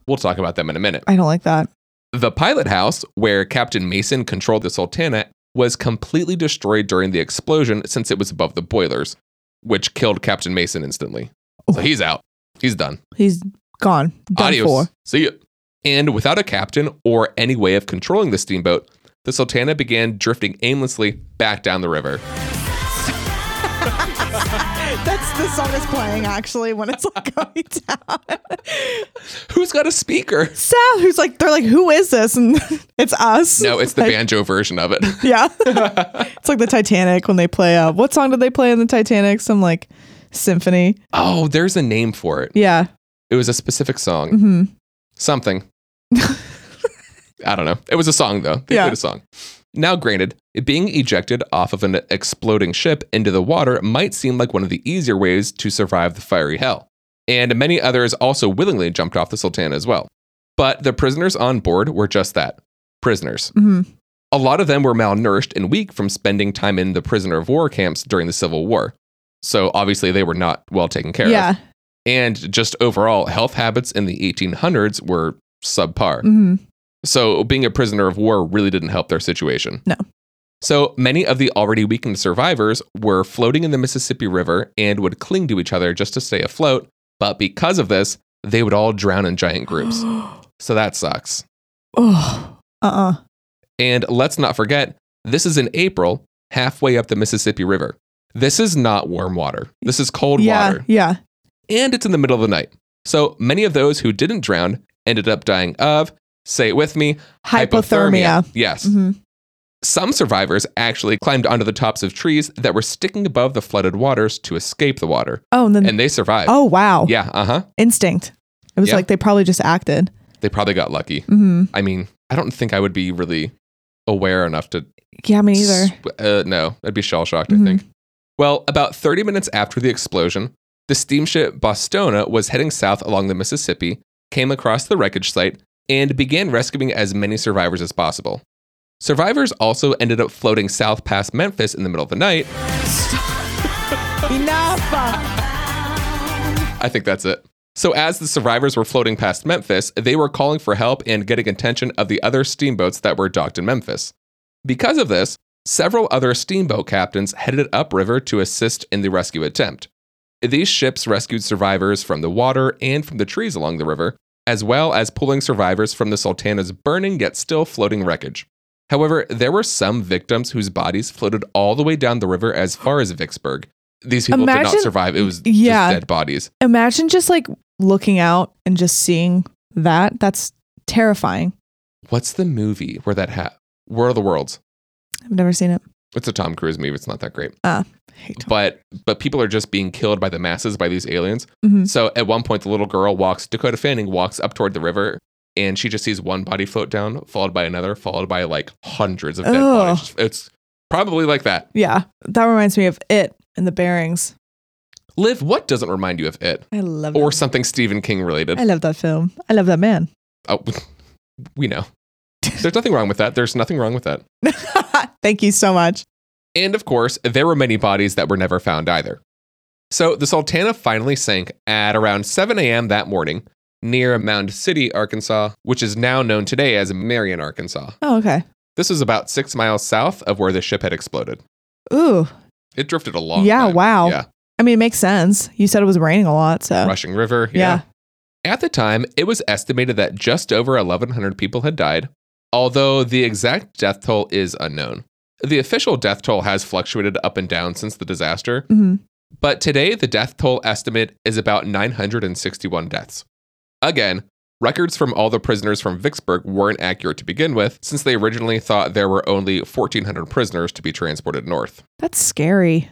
Speaker 2: We'll talk about them in a minute.
Speaker 1: I don't like that.
Speaker 2: The pilot house, where Captain Mason controlled the Sultana, was completely destroyed during the explosion since it was above the boilers, which killed Captain Mason instantly. So he's out. He's done.
Speaker 1: He's gone. Done
Speaker 2: Adios.
Speaker 1: for.
Speaker 2: See ya. And without a captain or any way of controlling the steamboat, the Sultana began drifting aimlessly back down the river.
Speaker 1: That's the song that's playing actually when it's like (laughs) going down.
Speaker 2: Who's got
Speaker 1: (laughs)
Speaker 2: a speaker?
Speaker 1: Sal, who's like, they're like, who is this? And (laughs) it's us.
Speaker 2: No, it's the
Speaker 1: Like,
Speaker 2: banjo version of it. (laughs)
Speaker 1: (laughs) Yeah. it's like the Titanic when they play. Uh, what song did they play in the Titanic? Some like symphony.
Speaker 2: Oh, there's a name for it.
Speaker 1: Yeah.
Speaker 2: It was a specific song.
Speaker 1: hmm
Speaker 2: Something. I don't know. It was a song, though. They
Speaker 1: Yeah.
Speaker 2: played a song. Now, granted, being ejected off of an exploding ship into the water might seem like one of the easier ways to survive the fiery hell. And many others also willingly jumped off the Sultana as well. But the prisoners on board were just that prisoners.
Speaker 1: hmm
Speaker 2: A lot of them were malnourished and weak from spending time in the prisoner of war camps during the Civil War. So obviously, they were not well taken care of.
Speaker 1: Yeah.
Speaker 2: And just overall, health habits in the 1800s were subpar.
Speaker 1: hmm
Speaker 2: So being a prisoner of war really didn't help their situation.
Speaker 1: No.
Speaker 2: So many of the already weakened survivors were floating in the Mississippi River and would cling to each other just to stay afloat. But because of this, they would all drown in
Speaker 1: (gasps)
Speaker 2: giant groups. So that sucks.
Speaker 1: oh. Uh uh
Speaker 2: And let's not forget, this is in April, halfway up the Mississippi River. This is not warm water. This is cold
Speaker 1: Yeah.
Speaker 2: water.
Speaker 1: Yeah.
Speaker 2: And it's in the middle of the night. So many of those who didn't drown ended up dying of, say it with me,
Speaker 1: Hypothermia.
Speaker 2: Yes.
Speaker 1: hmm
Speaker 2: Some survivors actually climbed onto the tops of trees that were sticking above the flooded waters to escape the water,
Speaker 1: Oh, and then.
Speaker 2: and they survived.
Speaker 1: oh, wow.
Speaker 2: Yeah, uh huh.
Speaker 1: Instinct. It was
Speaker 2: Yeah.
Speaker 1: like they probably just acted.
Speaker 2: They probably got lucky.
Speaker 1: hmm
Speaker 2: I mean, I don't think I would be really aware enough to.
Speaker 1: Yeah, me neither.
Speaker 2: sw- uh, no, I'd be shell shocked,
Speaker 1: Mhm.
Speaker 2: I think. Well, about 30 minutes after the explosion, the steamship Bostona was heading south along the Mississippi, came across the wreckage site, and began rescuing as many survivors as possible. Survivors also ended up floating south past Memphis in the middle of the night.
Speaker 1: Enough.
Speaker 2: I think that's it. So, as the survivors were floating past Memphis, they were calling for help and getting attention of the other steamboats that were docked in Memphis. Because of this, several other steamboat captains headed upriver to assist in the rescue attempt. These ships rescued survivors from the water and from the trees along the river, as well as pulling survivors from the Sultana's burning yet still floating wreckage. However, there were some victims whose bodies floated all the way down the river as far as Vicksburg. These people did
Speaker 1: Imagine-
Speaker 2: not survive. It was
Speaker 1: Yeah.
Speaker 2: just dead bodies.
Speaker 1: Imagine just like looking out and just seeing that. That's terrifying.
Speaker 2: What's the movie where that ha War of the Worlds?
Speaker 1: I've never seen it.
Speaker 2: It's a Tom Cruise movie. It's not that great,
Speaker 1: I Ah, hate Tom-
Speaker 2: but but people are just being killed by the masses by these aliens.
Speaker 1: Mhm.
Speaker 2: So at one point, the little girl walks. Dakota Fanning walks up toward the river, and she just sees one body float down, followed by another, followed by like hundreds of dead
Speaker 1: Ugh.
Speaker 2: bodies. It's probably like that.
Speaker 1: Yeah, that reminds me of it and the bearings.
Speaker 2: Liv, what doesn't remind you of it
Speaker 1: I love
Speaker 2: or
Speaker 1: that.
Speaker 2: something Stephen King related?
Speaker 1: Mm-hmm. I love that film. I love that man. (laughs)
Speaker 2: Oh, (laughs) we know. There's nothing wrong with that. There's nothing wrong with that.
Speaker 1: Thank you so much.
Speaker 2: And of course, there were many bodies that were never found either. So the Sultana finally sank at around 7 a.m. that morning near Mound City, Arkansas, which is now known today as Marion, Arkansas.
Speaker 1: Oh, okay.
Speaker 2: This was about six miles south of where the ship had exploded.
Speaker 1: Ooh.
Speaker 2: It drifted along.
Speaker 1: yeah. Wow.
Speaker 2: Yeah.
Speaker 1: I mean, it makes sense. You said it was raining a lot, so
Speaker 2: Rushing River.
Speaker 1: Yeah.
Speaker 2: At the time, it was estimated that just over 1,100 people had died, although the exact death toll is unknown. The official death toll has fluctuated up and down since the disaster,
Speaker 1: Mhm.
Speaker 2: But today, the death toll estimate is about 961 deaths. Again, records from all the prisoners from Vicksburg weren't accurate to begin with, since they originally thought there were only 1,400 prisoners to be transported north.
Speaker 1: that's scary.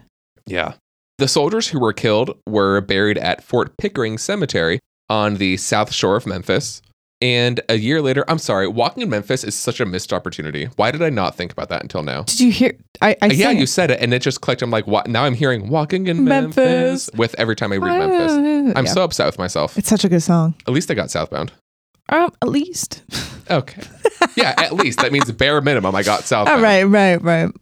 Speaker 2: Yeah. The soldiers who were killed were buried at Fort Pickering Cemetery on the south shore of Memphis. And a year later, I'm sorry, walking in Memphis is such a missed opportunity. Why did I not think about that until now?
Speaker 1: Did you hear? I, I
Speaker 2: yeah,
Speaker 1: sang
Speaker 2: you
Speaker 1: it.
Speaker 2: said it, and it just clicked. I'm like, what? Now I'm hearing "Walking in Memphis,
Speaker 1: Memphis.
Speaker 2: with every time I read Memphis.
Speaker 1: (laughs)
Speaker 2: I'm
Speaker 1: Yeah.
Speaker 2: so upset with myself.
Speaker 1: It's such a good song.
Speaker 2: At least I got Southbound.
Speaker 1: Um, at (laughs) least.
Speaker 2: Okay. (laughs) yeah, at least that means bare minimum I got Southbound.
Speaker 1: All Oh, right, right, right.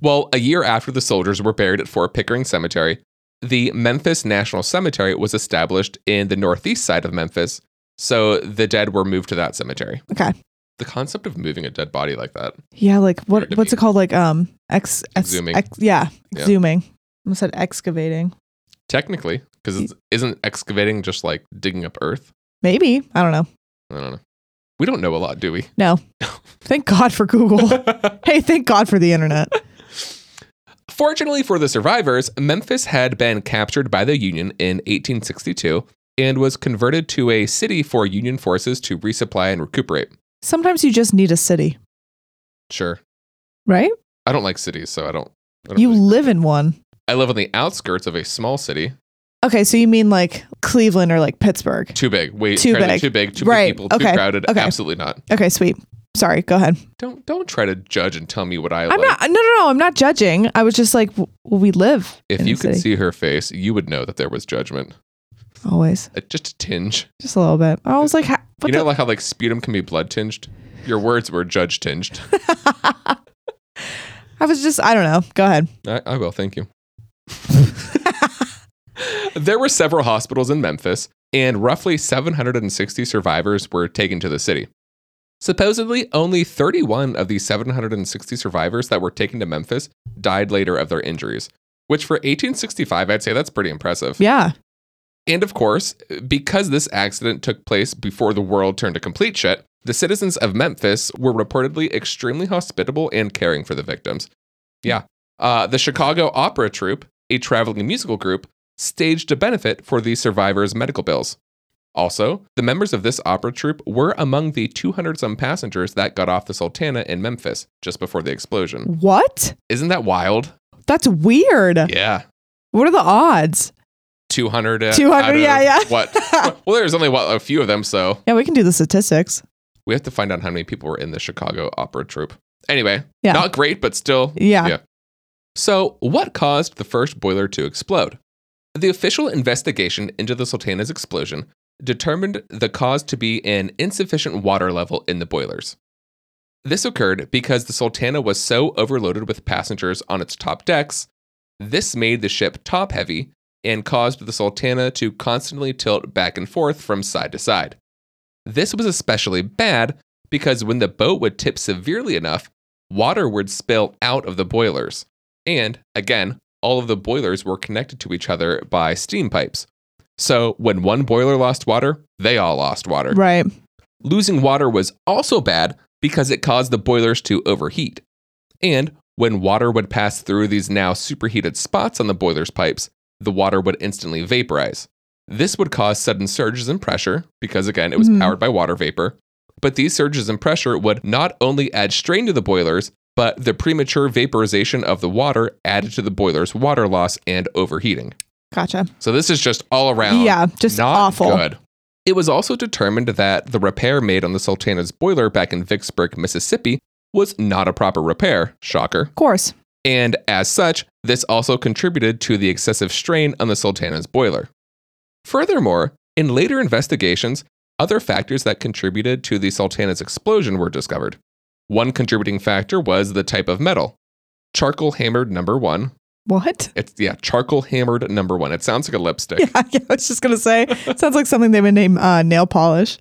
Speaker 2: Well, a year after the soldiers were buried at Fort Pickering Cemetery, the Memphis National Cemetery was established in the northeast side of Memphis, so the dead were moved to that cemetery.
Speaker 1: Okay.
Speaker 2: The concept of moving a dead body like that.
Speaker 1: Yeah, like
Speaker 2: Weird
Speaker 1: what?
Speaker 2: to
Speaker 1: What's
Speaker 2: me.
Speaker 1: it called? Like um, ex, ex,
Speaker 2: Exhuming.
Speaker 1: ex- yeah,
Speaker 2: Yeah.
Speaker 1: exhuming. I said excavating.
Speaker 2: Technically, because isn't excavating just like digging up earth?
Speaker 1: Maybe I don't know.
Speaker 2: I don't know. We don't know a lot, do we?
Speaker 1: No. thank God for
Speaker 2: (laughs)
Speaker 1: Google. hey, thank God for the internet.
Speaker 2: Fortunately for the survivors, Memphis had been captured by the Union in 1862 and was converted to a city for Union forces to resupply and recuperate.
Speaker 1: Sometimes you just need a city,
Speaker 2: Sure.
Speaker 1: right?
Speaker 2: I don't like cities, so I don't. I, don't
Speaker 1: You
Speaker 2: really-
Speaker 1: live in one.
Speaker 2: I live on the outskirts of a small city.
Speaker 1: Okay, so you mean like Cleveland or like Pittsburgh?
Speaker 2: Too big. Way
Speaker 1: Too
Speaker 2: apparently
Speaker 1: big.
Speaker 2: Too big. Too
Speaker 1: Right.
Speaker 2: many people. Too
Speaker 1: Okay.
Speaker 2: crowded.
Speaker 1: Okay.
Speaker 2: Absolutely not.
Speaker 1: Okay, sweet. Sorry, go ahead.
Speaker 2: Don't don't try to judge and tell me what I
Speaker 1: I'm
Speaker 2: like.
Speaker 1: not. No, no, no. I'm not judging. I was just like, w- well, we live.
Speaker 2: if
Speaker 1: in
Speaker 2: you
Speaker 1: the
Speaker 2: could
Speaker 1: city.
Speaker 2: see her face, you would know that there was judgment.
Speaker 1: always
Speaker 2: Uh, Just a tinge.
Speaker 1: just a little bit. I was like, ha- what
Speaker 2: you know,
Speaker 1: the-
Speaker 2: like how like sputum can be blood tinged. Your words were judge tinged.
Speaker 1: I was just. I don't know. Go ahead.
Speaker 2: I, I will, thank you. (laughs) there were several hospitals in Memphis, and roughly 760 survivors were taken to the city. Supposedly, only 31 of the 760 survivors that were taken to Memphis died later of their injuries, which for 1865, I'd say that's pretty impressive.
Speaker 1: Yeah.
Speaker 2: And of course, because this accident took place before the world turned to complete shit, the citizens of Memphis were reportedly extremely hospitable and caring for the victims. Yeah. Uh, the Chicago Opera Troupe, a traveling musical group, staged a benefit for the survivors' medical bills. Also, the members of this opera troupe were among the 200 some passengers that got off the Sultana in Memphis just before the explosion.
Speaker 1: What?
Speaker 2: Isn't that wild?
Speaker 1: That's weird.
Speaker 2: Yeah.
Speaker 1: What are the odds?
Speaker 2: 200. uh,
Speaker 1: 200,
Speaker 2: out of
Speaker 1: yeah, yeah. (laughs)
Speaker 2: What? Well, there's only what, a few of them, so
Speaker 1: Yeah, we can do the statistics.
Speaker 2: We have to find out how many people were in the Chicago opera troupe. Anyway,
Speaker 1: Yeah.
Speaker 2: not great, but still.
Speaker 1: Yeah.
Speaker 2: Yeah. So, what caused the first boiler to explode? The official investigation into the Sultana's explosion determined the cause to be an insufficient water level in the boilers. This occurred because the Sultana was so overloaded with passengers on its top decks, this made the ship top heavy and caused the Sultana to constantly tilt back and forth from side to side. This was especially bad because when the boat would tip severely enough, water would spill out of the boilers. And again, all of the boilers were connected to each other by steam pipes. So when one boiler lost water, they all lost water.
Speaker 1: Right.
Speaker 2: Losing water was also bad because it caused the boilers to overheat. And when water would pass through these now superheated spots on the boiler's pipes, the water would instantly vaporize. This would cause sudden surges in pressure because, again, it was
Speaker 1: Mhm.
Speaker 2: powered by water vapor. But these surges in pressure would not only add strain to the boilers, but the premature vaporization of the water added to the boiler's water loss and overheating.
Speaker 1: Gotcha.
Speaker 2: So this is just all around
Speaker 1: Yeah, just
Speaker 2: not
Speaker 1: awful.
Speaker 2: good. It was also determined that the repair made on the Sultana's boiler back in Vicksburg, Mississippi, was not a proper repair, shocker.
Speaker 1: Of course.
Speaker 2: And as such, this also contributed to the excessive strain on the Sultana's boiler. Furthermore, in later investigations, other factors that contributed to the Sultana's explosion were discovered. One contributing factor was the type of metal. Charcoal hammered number one.
Speaker 1: What? (laughs)
Speaker 2: It's yeah, charcoal hammered number one. It sounds like a lipstick.
Speaker 1: Yeah, (laughs) I was just gonna say. Sounds like something they would name uh, nail polish.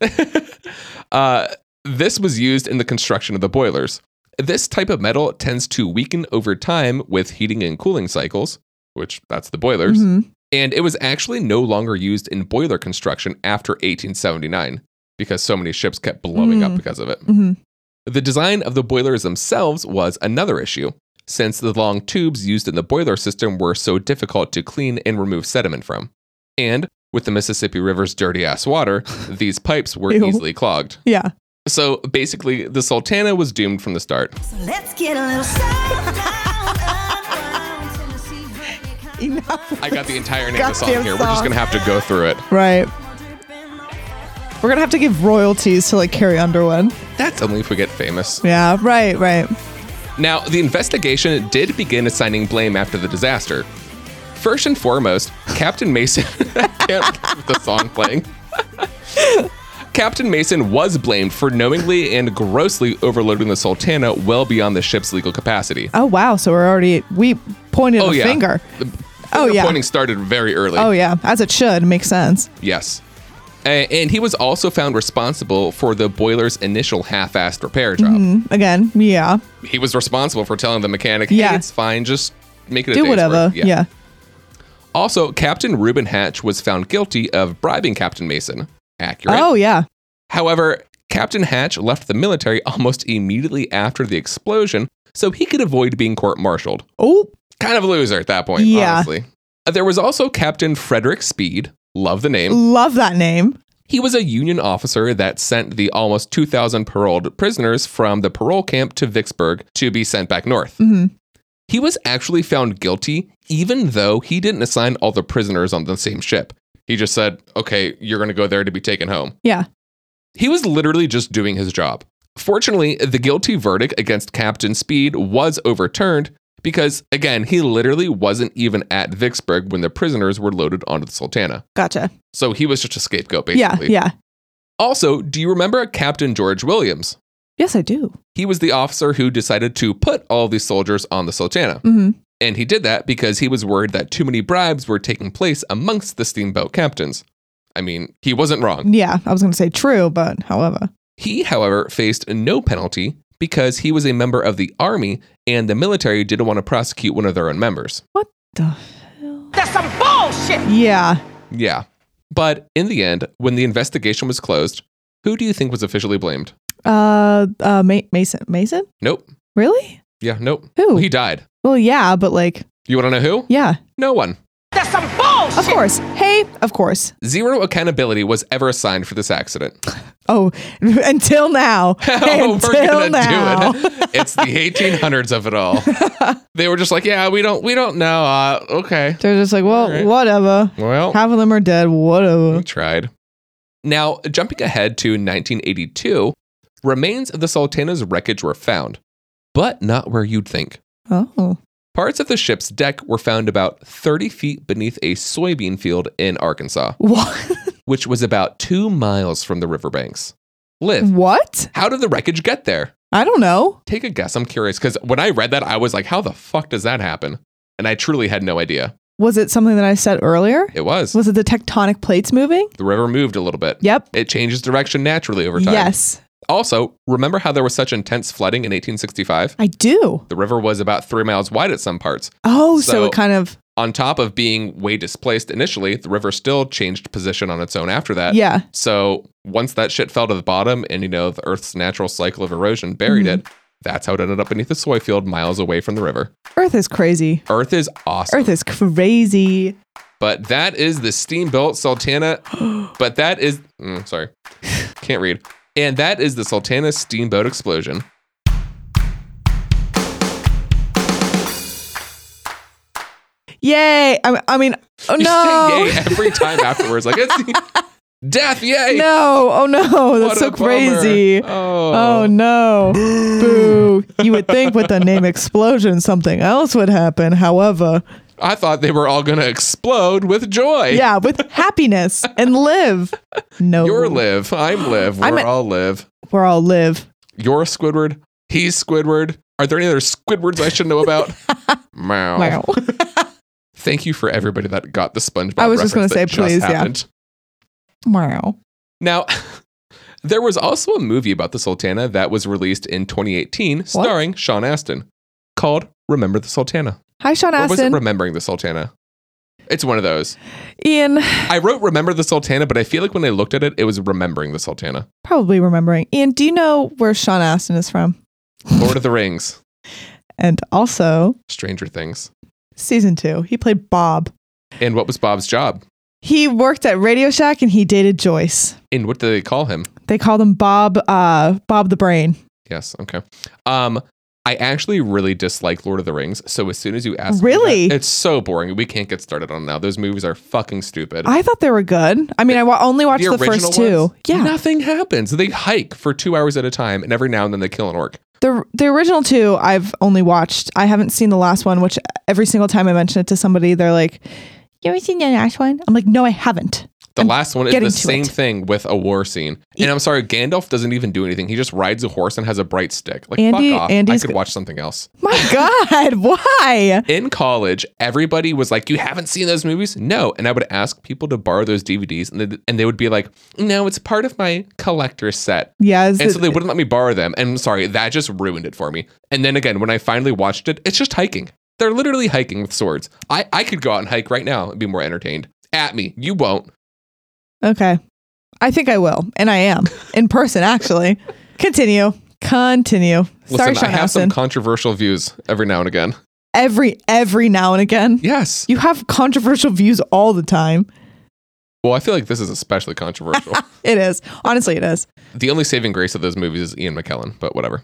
Speaker 2: (laughs) uh, this was used in the construction of the boilers. This type of metal tends to weaken over time with heating and cooling cycles, which that's the boilers,
Speaker 1: Mhm.
Speaker 2: and it was actually no longer used in boiler construction after 1879 because so many ships kept blowing up
Speaker 1: Mm.
Speaker 2: because of it.
Speaker 1: Mhm.
Speaker 2: The design of the boilers themselves was another issue, since the long tubes used in the boiler system were so difficult to clean and remove sediment from. And with the Mississippi River's dirty
Speaker 1: (laughs)
Speaker 2: ass water, these pipes were
Speaker 1: Ew.
Speaker 2: easily clogged.
Speaker 1: Yeah. (laughs)
Speaker 2: So basically, the Sultana was doomed from the start.
Speaker 3: So let's get a little south down, unwound, Tennessee honey, kind of
Speaker 1: Enough.
Speaker 2: I got the entire name of the song here.
Speaker 1: Goddamn
Speaker 2: We're just
Speaker 1: song.
Speaker 2: going to have to go through it.
Speaker 1: Right.
Speaker 3: dripping off.
Speaker 1: We're gonna have to give royalties to like Carrie Underwood.
Speaker 2: That's only if we get famous.
Speaker 1: Yeah. Right. Right.
Speaker 2: Now, the investigation did begin assigning blame after the disaster. First and foremost, Captain Mason. (laughs) I can't with the song playing. Captain Mason was blamed for knowingly and grossly overloading the Sultana well beyond the ship's legal capacity.
Speaker 1: Oh wow. So we're already we pointed
Speaker 2: Oh,
Speaker 1: a
Speaker 2: yeah.
Speaker 1: finger.
Speaker 2: The
Speaker 1: Oh
Speaker 2: finger
Speaker 1: yeah.
Speaker 2: pointing started very early.
Speaker 1: Oh yeah. As it should. Makes sense.
Speaker 2: Yes. A- And he was also found responsible for the boiler's initial half-assed repair job.
Speaker 1: Again. Yeah.
Speaker 2: He was responsible for telling the mechanic, "Hey,
Speaker 1: Yeah.
Speaker 2: it's fine, just make it a
Speaker 1: Do
Speaker 2: day's
Speaker 1: whatever.
Speaker 2: work."
Speaker 1: Yeah.
Speaker 2: Also, Captain Reuben Hatch was found guilty of bribing Captain Mason. Accurate.
Speaker 1: Oh yeah.
Speaker 2: However, Captain Hatch left the military (laughs) almost immediately after the explosion so he could avoid being court-martialed.
Speaker 1: Oh.
Speaker 2: Kind of a loser at that point,
Speaker 1: Yeah.
Speaker 2: honestly. Uh, There was also Captain Frederick Speed. Love the name.
Speaker 1: Love that name.
Speaker 2: He was a Union officer that sent the almost 2,000 paroled prisoners from the parole camp to Vicksburg to be sent back north.
Speaker 1: Mm-hmm.
Speaker 2: He was actually found guilty, even though he didn't assign all the prisoners on the same ship. He just said, okay, you're going to go there to be taken home.
Speaker 1: Yeah.
Speaker 2: He was literally just doing his job. Fortunately, the guilty verdict against Captain Speed was overturned because, again, he literally wasn't even at Vicksburg when the prisoners were loaded onto the Sultana.
Speaker 1: Gotcha.
Speaker 2: So he was just a scapegoat,
Speaker 1: Yeah.
Speaker 2: basically.
Speaker 1: Yeah.
Speaker 2: Also, do you remember Captain George Williams?
Speaker 1: Yes, I do.
Speaker 2: He was the officer who decided to put all these soldiers on the Sultana.
Speaker 1: hmm
Speaker 2: And he did that because he was worried that too many bribes were taking place amongst the steamboat captains. I mean, he wasn't wrong.
Speaker 1: Yeah. I was gonna say true, but however.
Speaker 2: He, however, faced no penalty because he was a member of the army and the military didn't want to prosecute one of their own members.
Speaker 1: What the hell? That's some bullshit. Yeah.
Speaker 2: Yeah. But in the end, when the investigation was closed, who do you think was officially blamed?
Speaker 1: Uh. Uh. Ma- Mason. Mason.
Speaker 2: Nope.
Speaker 1: Really?
Speaker 2: Yeah, nope.
Speaker 1: Who?
Speaker 2: He died.
Speaker 1: Well, yeah, but like,
Speaker 2: You want to know who?
Speaker 1: yeah,
Speaker 2: No one.
Speaker 1: of course. Hey, of course.
Speaker 2: Zero accountability was ever assigned for this accident. (laughs)
Speaker 1: Oh, (laughs) until now.
Speaker 2: Oh, we're gonna
Speaker 1: until
Speaker 2: (laughs)
Speaker 1: now.
Speaker 2: do it. It's the 1800s of
Speaker 1: (laughs)
Speaker 2: it all. they were just like, yeah, we don't, we don't know. Uh, okay,
Speaker 1: They're just like, well,
Speaker 2: Alright.
Speaker 1: whatever.
Speaker 2: well,
Speaker 1: Half of them are dead.
Speaker 2: we
Speaker 1: Whatever.
Speaker 2: tried. Now, jumping ahead to 1982, remains of the Sultana's wreckage were found, but not where you'd think.
Speaker 1: Oh, (laughs)
Speaker 2: Parts of the ship's deck were found about 30 feet beneath a soybean field in Arkansas,
Speaker 1: What?
Speaker 2: which was about two miles from the riverbanks.
Speaker 1: Mm-hmm.
Speaker 2: Liv,
Speaker 1: what?
Speaker 2: how did the wreckage get there?
Speaker 1: I don't know.
Speaker 2: Take a guess. I'm curious because when I read that, I was like, how the fuck does that happen? And I truly had no idea.
Speaker 1: Was it something that I said earlier?
Speaker 2: It was.
Speaker 1: Was it the tectonic plates moving?
Speaker 2: The river moved a little bit.
Speaker 1: Yep.
Speaker 2: It changes direction naturally over time.
Speaker 1: Yes,
Speaker 2: Also, remember how there was such intense flooding in 1865?
Speaker 1: I do.
Speaker 2: The river was about three miles wide at some parts.
Speaker 1: Oh, so,
Speaker 2: So-
Speaker 1: it kind of
Speaker 2: On top of being way displaced initially, the river still changed position on its own after that.
Speaker 1: yeah.
Speaker 2: So once that shit fell to the bottom and, you know, the Earth's natural cycle of erosion buried
Speaker 1: Mm-hmm.
Speaker 2: it, that's how it ended up beneath the soy field miles away from the river.
Speaker 1: Earth is crazy.
Speaker 2: Earth is awesome.
Speaker 1: Earth is crazy.
Speaker 2: But that is the Steamboat
Speaker 1: (gasps)
Speaker 2: Sultana. but that is, mm, sorry, can't read. And that is the Sultana Steamboat Explosion. (laughs)
Speaker 1: Yay! I, I mean, oh
Speaker 2: You
Speaker 1: no,
Speaker 2: say (laughs) yay every time afterwards. Like, it's (laughs) death, yay.
Speaker 1: no, oh no,
Speaker 2: What
Speaker 1: that's
Speaker 2: a
Speaker 1: so
Speaker 2: bummer.
Speaker 1: crazy.
Speaker 2: Oh.
Speaker 1: Oh
Speaker 2: (gasps)
Speaker 1: no, boo! You would think with the name explosion, something else would happen. However,
Speaker 2: I thought they were all going to explode with joy.
Speaker 1: yeah, with happiness and live. No,
Speaker 2: You're Liv. I'm Liv. We're
Speaker 1: I'm a-
Speaker 2: all Liv.
Speaker 1: We're all live.
Speaker 2: You're Squidward. He's Squidward. Are there any other Squidwards I should
Speaker 1: (laughs)
Speaker 2: know about? Meow.
Speaker 1: Wow.
Speaker 2: Thank you for everybody that got the SpongeBob.
Speaker 1: I was just
Speaker 2: reference
Speaker 1: gonna
Speaker 2: that
Speaker 1: say, please, yeah.
Speaker 2: happened.
Speaker 1: Wow.
Speaker 2: Now, (laughs) there was also a movie about the Sultana that was released in 2018 starring Sean Astin called Remember the Sultana.
Speaker 1: Hi, Sean
Speaker 2: Or was it
Speaker 1: Astin.
Speaker 2: Remembering the Sultana? It's one of those.
Speaker 1: Ian,
Speaker 2: I wrote Remember the Sultana, but I feel like when I looked at it, it was Remembering the Sultana.
Speaker 1: probably remembering. Ian, do you know where Sean Astin is from?
Speaker 2: Lord of the Rings,
Speaker 1: And also
Speaker 2: Stranger Things.
Speaker 1: season two, he played Bob.
Speaker 2: And what was Bob's job?
Speaker 1: He worked at Radio Shack and he dated Joyce.
Speaker 2: And what do they call him?
Speaker 1: They called him Bob, uh, Bob the Brain.
Speaker 2: Yes. Okay. Um, I actually really dislike Lord of the Rings. So as soon as you ask, me
Speaker 1: Really?
Speaker 2: that, it's so boring. We can't get started on it now. Those movies are fucking stupid.
Speaker 1: I thought they were good. I mean, I wa- only watched the, first two.
Speaker 2: ones,
Speaker 1: Yeah,
Speaker 2: nothing happens. They hike for two hours at a time, and every now and then they kill an orc.
Speaker 1: the the original two I've only watched. I haven't seen the last one. Which every single time I mention it to somebody, they're like, "You ever seen the last one?" I'm like, "No, I haven't."
Speaker 2: The
Speaker 1: I'm
Speaker 2: last one is
Speaker 1: getting
Speaker 2: the
Speaker 1: to
Speaker 2: same
Speaker 1: it.
Speaker 2: thing with a war scene. And I'm sorry, Gandalf doesn't even do anything. He just rides a horse and has a bright stick. Like
Speaker 1: Andy-
Speaker 2: fuck off.
Speaker 1: Andy's
Speaker 2: I could
Speaker 1: go-
Speaker 2: watch something else.
Speaker 1: (laughs) My God, why?
Speaker 2: In college, everybody was like, "You haven't seen those movies?" No, and I would ask people to borrow those DVDs, and they, and they would be like, "No, it's part of my collector's set."
Speaker 1: Yeah, is
Speaker 2: And
Speaker 1: it-
Speaker 2: so they wouldn't let me borrow them. And I'm sorry, that just ruined it for me. And then again, when I finally watched it, it's just hiking. They're literally hiking with swords. I, I could go out and hike right now and be more entertained. At me. You won't.
Speaker 1: okay. I think I will, and I am in person actually. Continue, continue. Sorry,
Speaker 2: Listen, I
Speaker 1: Sean
Speaker 2: have
Speaker 1: Astin.
Speaker 2: some controversial views every now and again.
Speaker 1: every every now and again,
Speaker 2: Yes.
Speaker 1: you have controversial views all the time.
Speaker 2: Well, I feel like this is
Speaker 1: (laughs)
Speaker 2: especially controversial.
Speaker 1: It is honestly, it is.
Speaker 2: the only saving grace of those movies is Ian McKellen, but whatever.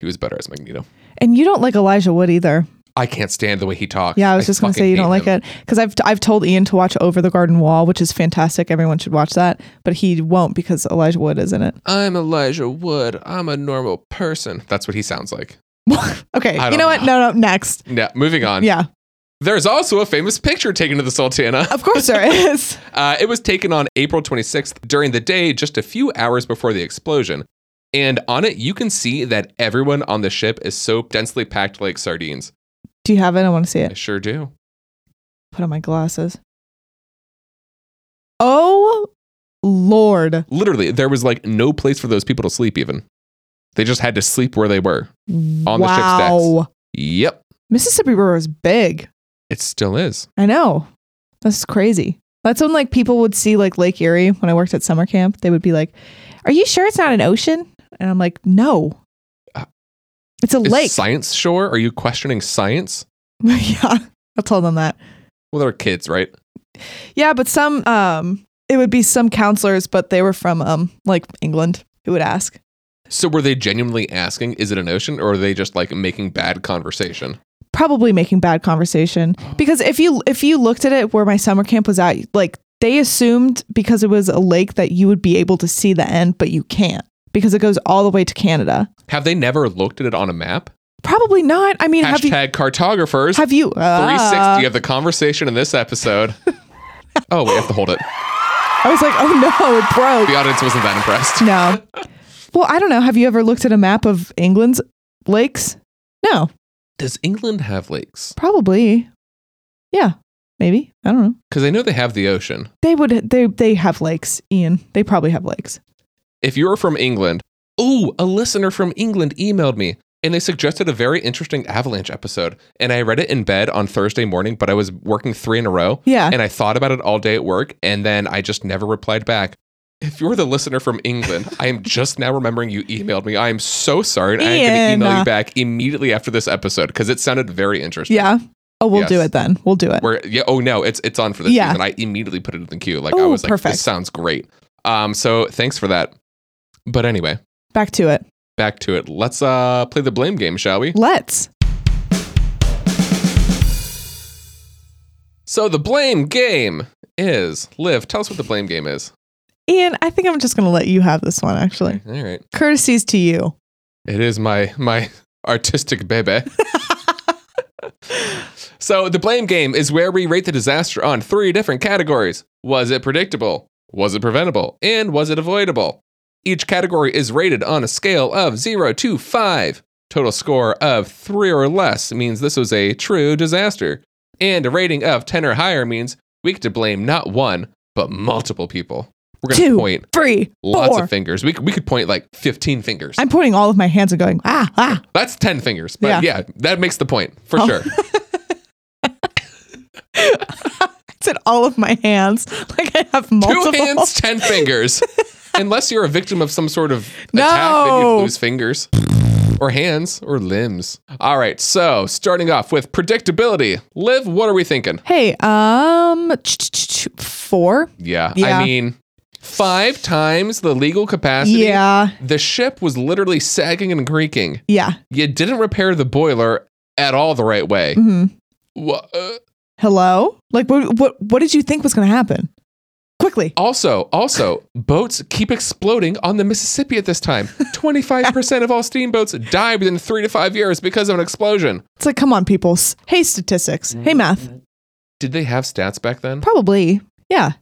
Speaker 2: He was better as Magneto.
Speaker 1: And you don't like Elijah Wood either.
Speaker 2: I can't stand the way he talks.
Speaker 1: Yeah, I was just gonna say you don't like it because I've I've told Ian to watch Over the Garden Wall, which is fantastic. Everyone should watch that, but he won't because Elijah Wood is in it. (laughs)
Speaker 2: I'm Elijah Wood. I'm a normal person. That's what he sounds like.
Speaker 1: okay,
Speaker 2: I
Speaker 1: you know,
Speaker 2: don't
Speaker 1: what? No, no, next.
Speaker 2: Yeah, moving on.
Speaker 1: Yeah,
Speaker 2: There's also a famous picture taken to the Sultana.
Speaker 1: of course
Speaker 2: (laughs)
Speaker 1: there is.
Speaker 2: Uh, it was taken on April 26th during the day, just a few hours before the explosion. And on it, you can see that everyone on the ship is so densely packed like sardines.
Speaker 1: Do you have it? I want to see
Speaker 2: I
Speaker 1: it.
Speaker 2: sure do.
Speaker 1: Put on my glasses. Oh, Lord!
Speaker 2: Literally, there was like no place for those people to sleep, even. They just had to sleep where they were.
Speaker 1: On
Speaker 2: the ship's decks.
Speaker 1: wow.
Speaker 2: Yep.
Speaker 1: Mississippi River is big.
Speaker 2: It still is.
Speaker 1: I know. That's crazy. That's when like people would see like Lake Erie when I worked at summer camp. They would be like, "Are you sure it's not an ocean?" And I'm like, "No,
Speaker 2: Uh,
Speaker 1: it's a
Speaker 2: Is
Speaker 1: lake."
Speaker 2: science sure? Are you questioning science?
Speaker 1: (laughs) yeah, I told them that.
Speaker 2: Well, they're kids, right?
Speaker 1: Yeah, but some um, it would be some counselors, but they were from um, like England who would ask.
Speaker 2: So were they genuinely asking, is it an ocean? Or are they just like making bad conversation?
Speaker 1: probably making bad conversation because if you if you looked at it where my summer camp was at like they assumed because it was a lake that you would be able to see the end but you can't because it goes all the way to canada
Speaker 2: Have they never looked at it on a map?
Speaker 1: Probably not. I mean, have you?
Speaker 2: Hashtag cartographers.
Speaker 1: Have you?
Speaker 2: 360
Speaker 1: Ah.
Speaker 2: of the conversation in
Speaker 1: (laughs)
Speaker 2: this episode. oh, we have to hold it.
Speaker 1: I was like, oh no, it broke.
Speaker 2: The audience wasn't that impressed.
Speaker 1: No. Well, I don't know. Have you ever looked at a map of England's lakes? No,
Speaker 2: Does England have lakes?
Speaker 1: probably. Yeah, maybe. I don't know.
Speaker 2: Because I know they have the ocean.
Speaker 1: They would. They they have lakes, Ian. They probably have lakes.
Speaker 2: If you're from England, oh, a listener from England emailed me and they suggested a very interesting Avalanche episode. And I read it in bed on Thursday morning, but I was working three in a row.
Speaker 1: Yeah.
Speaker 2: And I thought about it all day at work. And then I just never replied back. If you're the listener from England, I am just now remembering you emailed me. I am so sorry. And I am going
Speaker 1: Ian.
Speaker 2: to email you back immediately after this episode because it sounded very interesting.
Speaker 1: Yeah. Oh, we'll do
Speaker 2: Yes.
Speaker 1: it then. We'll do it.
Speaker 2: Where yeah, oh no, it's it's on for this
Speaker 1: Yeah.
Speaker 2: season. I immediately put it in the queue. Like I
Speaker 1: Ooh,
Speaker 2: was like,
Speaker 1: perfect.
Speaker 2: this sounds great. Um, so thanks for that. But anyway,
Speaker 1: Back to it.
Speaker 2: back to it. Let's uh play the blame game, shall we?
Speaker 1: Let's.
Speaker 2: So the blame game is Liv. Tell us what the blame game is.
Speaker 1: Ian, I think I'm just going to let you have this one, actually.
Speaker 2: All right,
Speaker 1: Courtesies to you.
Speaker 2: it is my my artistic
Speaker 1: (laughs)
Speaker 2: baby. so the blame game is where we rate the disaster on three different categories: was it predictable, was it preventable, and was it avoidable? Each category is rated on a scale of zero to five. Total score of three or less means this was a true disaster, and a rating of ten or higher means we get to blame not one but multiple people. We're gonna
Speaker 1: Two,
Speaker 2: point
Speaker 1: three,
Speaker 2: lots
Speaker 1: four.
Speaker 2: of fingers. We, c- we could point like 15 fingers.
Speaker 1: I'm pointing all of my hands and going, ah, ah.
Speaker 2: That's 10 fingers. But yeah, that makes the point for
Speaker 1: Oh. (laughs)
Speaker 2: sure.
Speaker 1: I said all of my hands. (laughs) Like I have multiple.
Speaker 2: Two hands, 10 fingers. Unless you're a victim of some sort of attack, then
Speaker 1: No.
Speaker 2: you lose fingers or hands or limbs. All right. So starting off with predictability. Liv, what are we thinking?
Speaker 1: (laughs) Hey, um, ch- ch- ch- ch- four.
Speaker 2: Yeah. I
Speaker 1: Yeah.
Speaker 2: mean, five times the legal capacity.
Speaker 1: Yeah.
Speaker 2: The ship was literally sagging and creaking.
Speaker 1: Yeah.
Speaker 2: You didn't repair the boiler at all the right way.
Speaker 1: hmm
Speaker 2: Wha- uh,
Speaker 1: Hello? Like, what, what, what did you think was going to happen? Quickly.
Speaker 2: Also, also, boats keep exploding on the Mississippi at this
Speaker 1: (laughs)
Speaker 2: time. 25% of all steamboats die within three to five years because of an explosion.
Speaker 1: It's like, come on, people. S- Hey, statistics. Hey, math.
Speaker 2: Did they have stats back then?
Speaker 1: Probably. Yeah.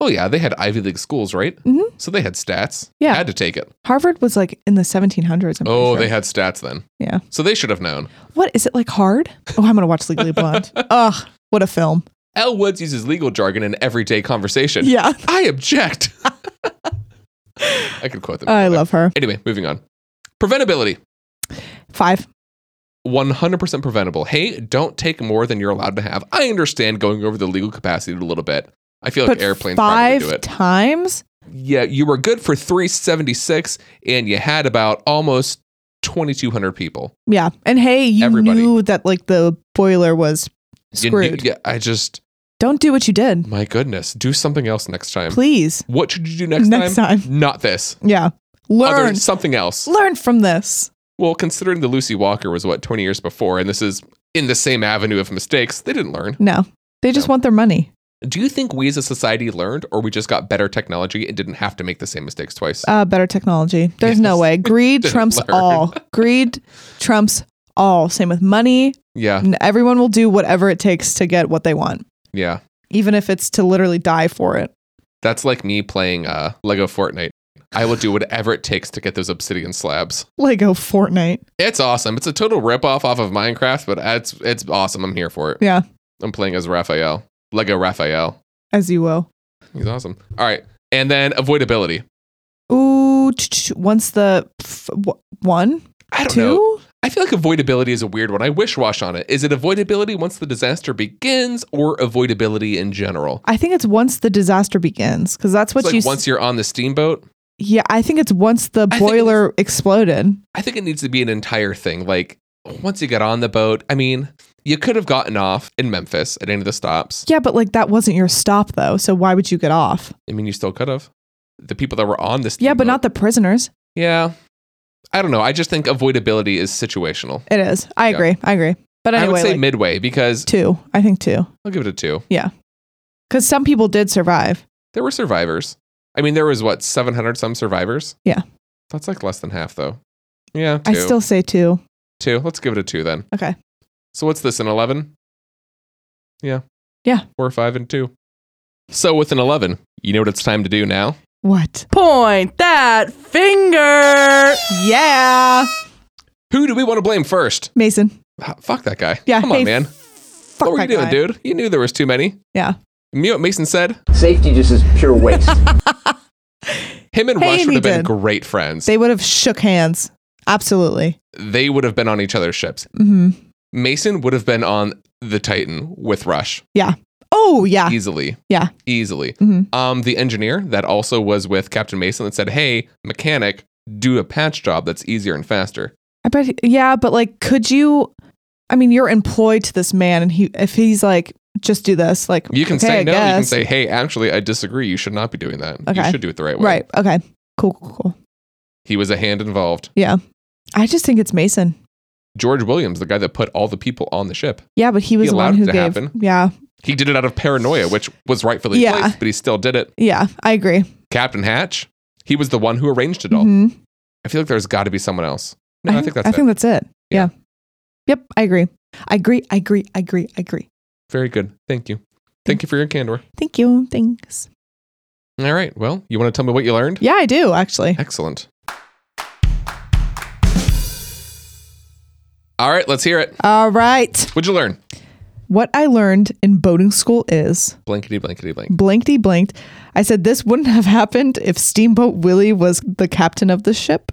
Speaker 2: Oh, yeah, they had Ivy League schools, right?
Speaker 1: Mhm.
Speaker 2: So they had stats.
Speaker 1: Yeah.
Speaker 2: Had to take it.
Speaker 1: Harvard was like in the 1700s. I'm pretty
Speaker 2: Oh,
Speaker 1: sure.
Speaker 2: they had stats then.
Speaker 1: Yeah.
Speaker 2: So they should have known.
Speaker 1: What is it like hard? Oh, I'm gonna watch
Speaker 2: (laughs)
Speaker 1: Legally Blonde. Ugh, what a film.
Speaker 2: L. Woods uses legal jargon in everyday conversation.
Speaker 1: Yeah.
Speaker 2: I
Speaker 1: (laughs)
Speaker 2: object. I could quote them.
Speaker 1: I love her.
Speaker 2: Anyway, moving on. Preventability.
Speaker 1: Five.
Speaker 2: 100% preventable. Hey, don't take more than you're allowed to have. I understand going over the legal capacity a little bit. I feel like
Speaker 1: But
Speaker 2: airplanes
Speaker 1: five
Speaker 2: probably do it.
Speaker 1: times?
Speaker 2: Yeah, you were good for 376 and you had about almost 2200 people.
Speaker 1: Yeah. And hey, you
Speaker 2: Everybody.
Speaker 1: knew that like the boiler was
Speaker 2: You knew-
Speaker 1: screwed.
Speaker 2: yeah, I just
Speaker 1: Don't do what you did.
Speaker 2: my goodness, do something else next time.
Speaker 1: Please.
Speaker 2: What should you do next,
Speaker 1: Next time.
Speaker 2: Not this.
Speaker 1: Yeah. Learn.
Speaker 2: Other something else.
Speaker 1: Learn from this.
Speaker 2: Well, considering the Lucy Walker was what 20 years before and this is in the same avenue of mistakes, they didn't learn.
Speaker 1: No. They just want their money.
Speaker 2: Do you think we as a society learned, or we just got better technology and didn't have to make the same mistakes twice?
Speaker 1: Uh, better technology. There's no
Speaker 2: Yes.
Speaker 1: way.
Speaker 2: (laughs)
Speaker 1: Greed
Speaker 2: Didn't
Speaker 1: trumps
Speaker 2: learn.
Speaker 1: all. Greed trumps all. Same with money.
Speaker 2: yeah,
Speaker 1: And Everyone will do whatever it takes to get what they want,
Speaker 2: yeah.
Speaker 1: even if it's to literally die for it.
Speaker 2: That's like me playing uh, Lego Fortnite. I will do whatever it takes to get those obsidian slabs.
Speaker 1: Lego Fortnite.
Speaker 2: It's awesome. It's a total ripoff off of Minecraft, but it's it's awesome. I'm here for it.
Speaker 1: Yeah,
Speaker 2: I'm playing as Raphael, Lego Raphael.
Speaker 1: as you will.
Speaker 2: He's awesome. All right, and then avoidability.
Speaker 1: Ooh, ch- ch- once the f- w- one,
Speaker 2: I don't
Speaker 1: two,
Speaker 2: know. I feel like avoidability is a weird one. I wish wash on it. Is it avoidability once the disaster begins, or avoidability in general?
Speaker 1: I think it's once the disaster begins because that's what
Speaker 2: it's like
Speaker 1: you. s-
Speaker 2: once you're on the steamboat.
Speaker 1: yeah, I think it's once the
Speaker 2: I think
Speaker 1: boiler exploded.
Speaker 2: I think it needs to be an entire thing. Like once you get on the boat, I mean, you could have gotten off in Memphis at any of the stops.
Speaker 1: Yeah, but like that wasn't your stop though, so why would you get off?
Speaker 2: I mean, you still could have. The people that were on this.
Speaker 1: Yeah, but not the prisoners.
Speaker 2: Yeah, I don't know. I just think avoidability is situational.
Speaker 1: It is. I
Speaker 2: Yeah.
Speaker 1: agree. I agree. But
Speaker 2: I would
Speaker 1: anyway,
Speaker 2: say
Speaker 1: like,
Speaker 2: midway because
Speaker 1: two. I think two
Speaker 2: I'll give it a two.
Speaker 1: because some people did survive.
Speaker 2: There were survivors. I mean, there was what seven hundred some survivors.
Speaker 1: Yeah.
Speaker 2: that's like less than half though. Yeah, two.
Speaker 1: I still say two.
Speaker 2: Two. Let's give it a two then.
Speaker 1: Okay.
Speaker 2: So what's this, an 11? Yeah.
Speaker 1: Yeah.
Speaker 2: Four, five, and two. So with an 11, you know what it's time to do now?
Speaker 1: What?
Speaker 5: Point that finger.
Speaker 1: Yeah.
Speaker 2: Who do we want to blame first?
Speaker 1: Mason.
Speaker 2: Ah, fuck that guy.
Speaker 1: Yeah.
Speaker 2: Come
Speaker 1: hey,
Speaker 2: on, man.
Speaker 1: Fuck
Speaker 2: what were you
Speaker 1: that
Speaker 2: doing,
Speaker 1: guy.
Speaker 2: dude? You knew there was too many.
Speaker 1: Yeah.
Speaker 2: And You know what Mason said?
Speaker 6: Safety just is pure waste.
Speaker 2: Him and
Speaker 1: Hey,
Speaker 2: Rush
Speaker 1: and
Speaker 2: would
Speaker 1: he
Speaker 2: have been
Speaker 1: did.
Speaker 2: great friends. They,
Speaker 1: They would have shook hands. Absolutely.
Speaker 2: would have been on each other's ships.
Speaker 1: hmm
Speaker 2: Mason would have been on the Titan with Rush
Speaker 1: Oh yeah.
Speaker 2: easily.
Speaker 1: Yeah.
Speaker 2: Easily.
Speaker 1: Mhm.
Speaker 2: Um, the engineer that also was with Captain Mason that said, hey, mechanic, do a patch job that's easier and faster.
Speaker 1: I bet. Yeah, but like, could you? I mean, you're employed to this man, and he if he's like, just do this. Like,
Speaker 2: You can
Speaker 1: okay,
Speaker 2: say
Speaker 1: I
Speaker 2: no. You can
Speaker 1: guess.
Speaker 2: say, hey, actually, I disagree. You should not be doing that. You
Speaker 1: Okay.
Speaker 2: should do it the right way.
Speaker 1: right. Okay. Cool. Cool. Cool.
Speaker 2: He was a hand involved.
Speaker 1: Yeah. I just think it's Mason.
Speaker 2: George Williams, the guy that put all the people on the ship,
Speaker 1: Yeah, but he was the
Speaker 2: allowed
Speaker 1: one
Speaker 2: it
Speaker 1: who
Speaker 2: to
Speaker 1: gave.
Speaker 2: happen.
Speaker 1: Yeah.
Speaker 2: he did it out of paranoia, which was rightfully
Speaker 1: Yeah.
Speaker 2: placed, but he still did it.
Speaker 1: Yeah. I agree.
Speaker 2: Captain Hatch, he was the one who arranged it all.
Speaker 1: Mhm.
Speaker 2: I feel like there's got to be someone else. No, I, think that's
Speaker 1: I
Speaker 2: it.
Speaker 1: think that's it.
Speaker 2: Yeah.
Speaker 1: Yeah. Yep. I agree. I agree. I agree. I agree. I agree.
Speaker 2: Very good. Thank you. Thank you for your candor.
Speaker 1: Thank you. Thanks.
Speaker 2: All right. Well, you want to tell me what you learned?
Speaker 1: Yeah, I do actually.
Speaker 2: Excellent. All right, let's hear it.
Speaker 1: All right.
Speaker 2: What'd you learn?
Speaker 1: What I learned in boating school is
Speaker 2: Blankety, blankety, blank.
Speaker 1: blankety blanked. I said this wouldn't have happened if Steamboat Willie was the captain of the ship.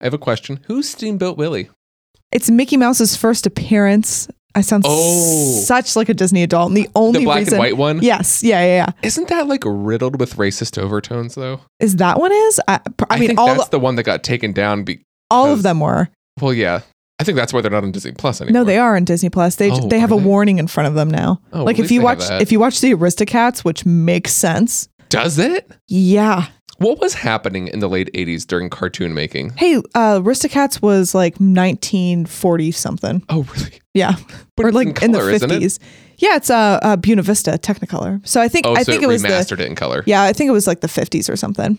Speaker 2: I have a question. Who's Steamboat Willie?
Speaker 1: It's Mickey Mouse's first appearance. I sound
Speaker 2: Oh.
Speaker 1: such like a Disney adult. And the only
Speaker 2: the black
Speaker 1: reason,
Speaker 2: and white one?
Speaker 1: Yes. Yeah. Yeah. Yeah.
Speaker 2: Isn't that like riddled with racist overtones though?
Speaker 1: Is that one is? I, I mean,
Speaker 2: think
Speaker 1: all
Speaker 2: that's the one that got taken down. Be-
Speaker 1: all
Speaker 2: because-
Speaker 1: of them were.
Speaker 2: well, yeah. I think that's why they're not on Disney Plus anymore.
Speaker 1: No, they are on Disney Plus. They
Speaker 2: Oh,
Speaker 1: they have
Speaker 2: are
Speaker 1: a
Speaker 2: they?
Speaker 1: warning in front of them now.
Speaker 2: Oh, at
Speaker 1: like
Speaker 2: least
Speaker 1: if you
Speaker 2: they have
Speaker 1: watch
Speaker 2: that.
Speaker 1: if you watch the Aristocats, which makes sense.
Speaker 2: Does it?
Speaker 1: Yeah.
Speaker 2: What was happening in the late 80s during cartoon making?
Speaker 1: Hey, uh, Aristocats was like 1940 something.
Speaker 2: Oh, really?
Speaker 1: Yeah,
Speaker 2: But
Speaker 1: or
Speaker 2: it's
Speaker 1: like
Speaker 2: in
Speaker 1: in,
Speaker 2: color,
Speaker 1: the
Speaker 2: isn't it?
Speaker 1: 50s. Yeah, it's uh, uh Buena Vista Technicolor. So I think
Speaker 2: Oh,
Speaker 1: I
Speaker 2: so
Speaker 1: think
Speaker 2: it,
Speaker 1: it was
Speaker 2: remastered
Speaker 1: the
Speaker 2: it in color.
Speaker 1: yeah I think it was like the 50s or something.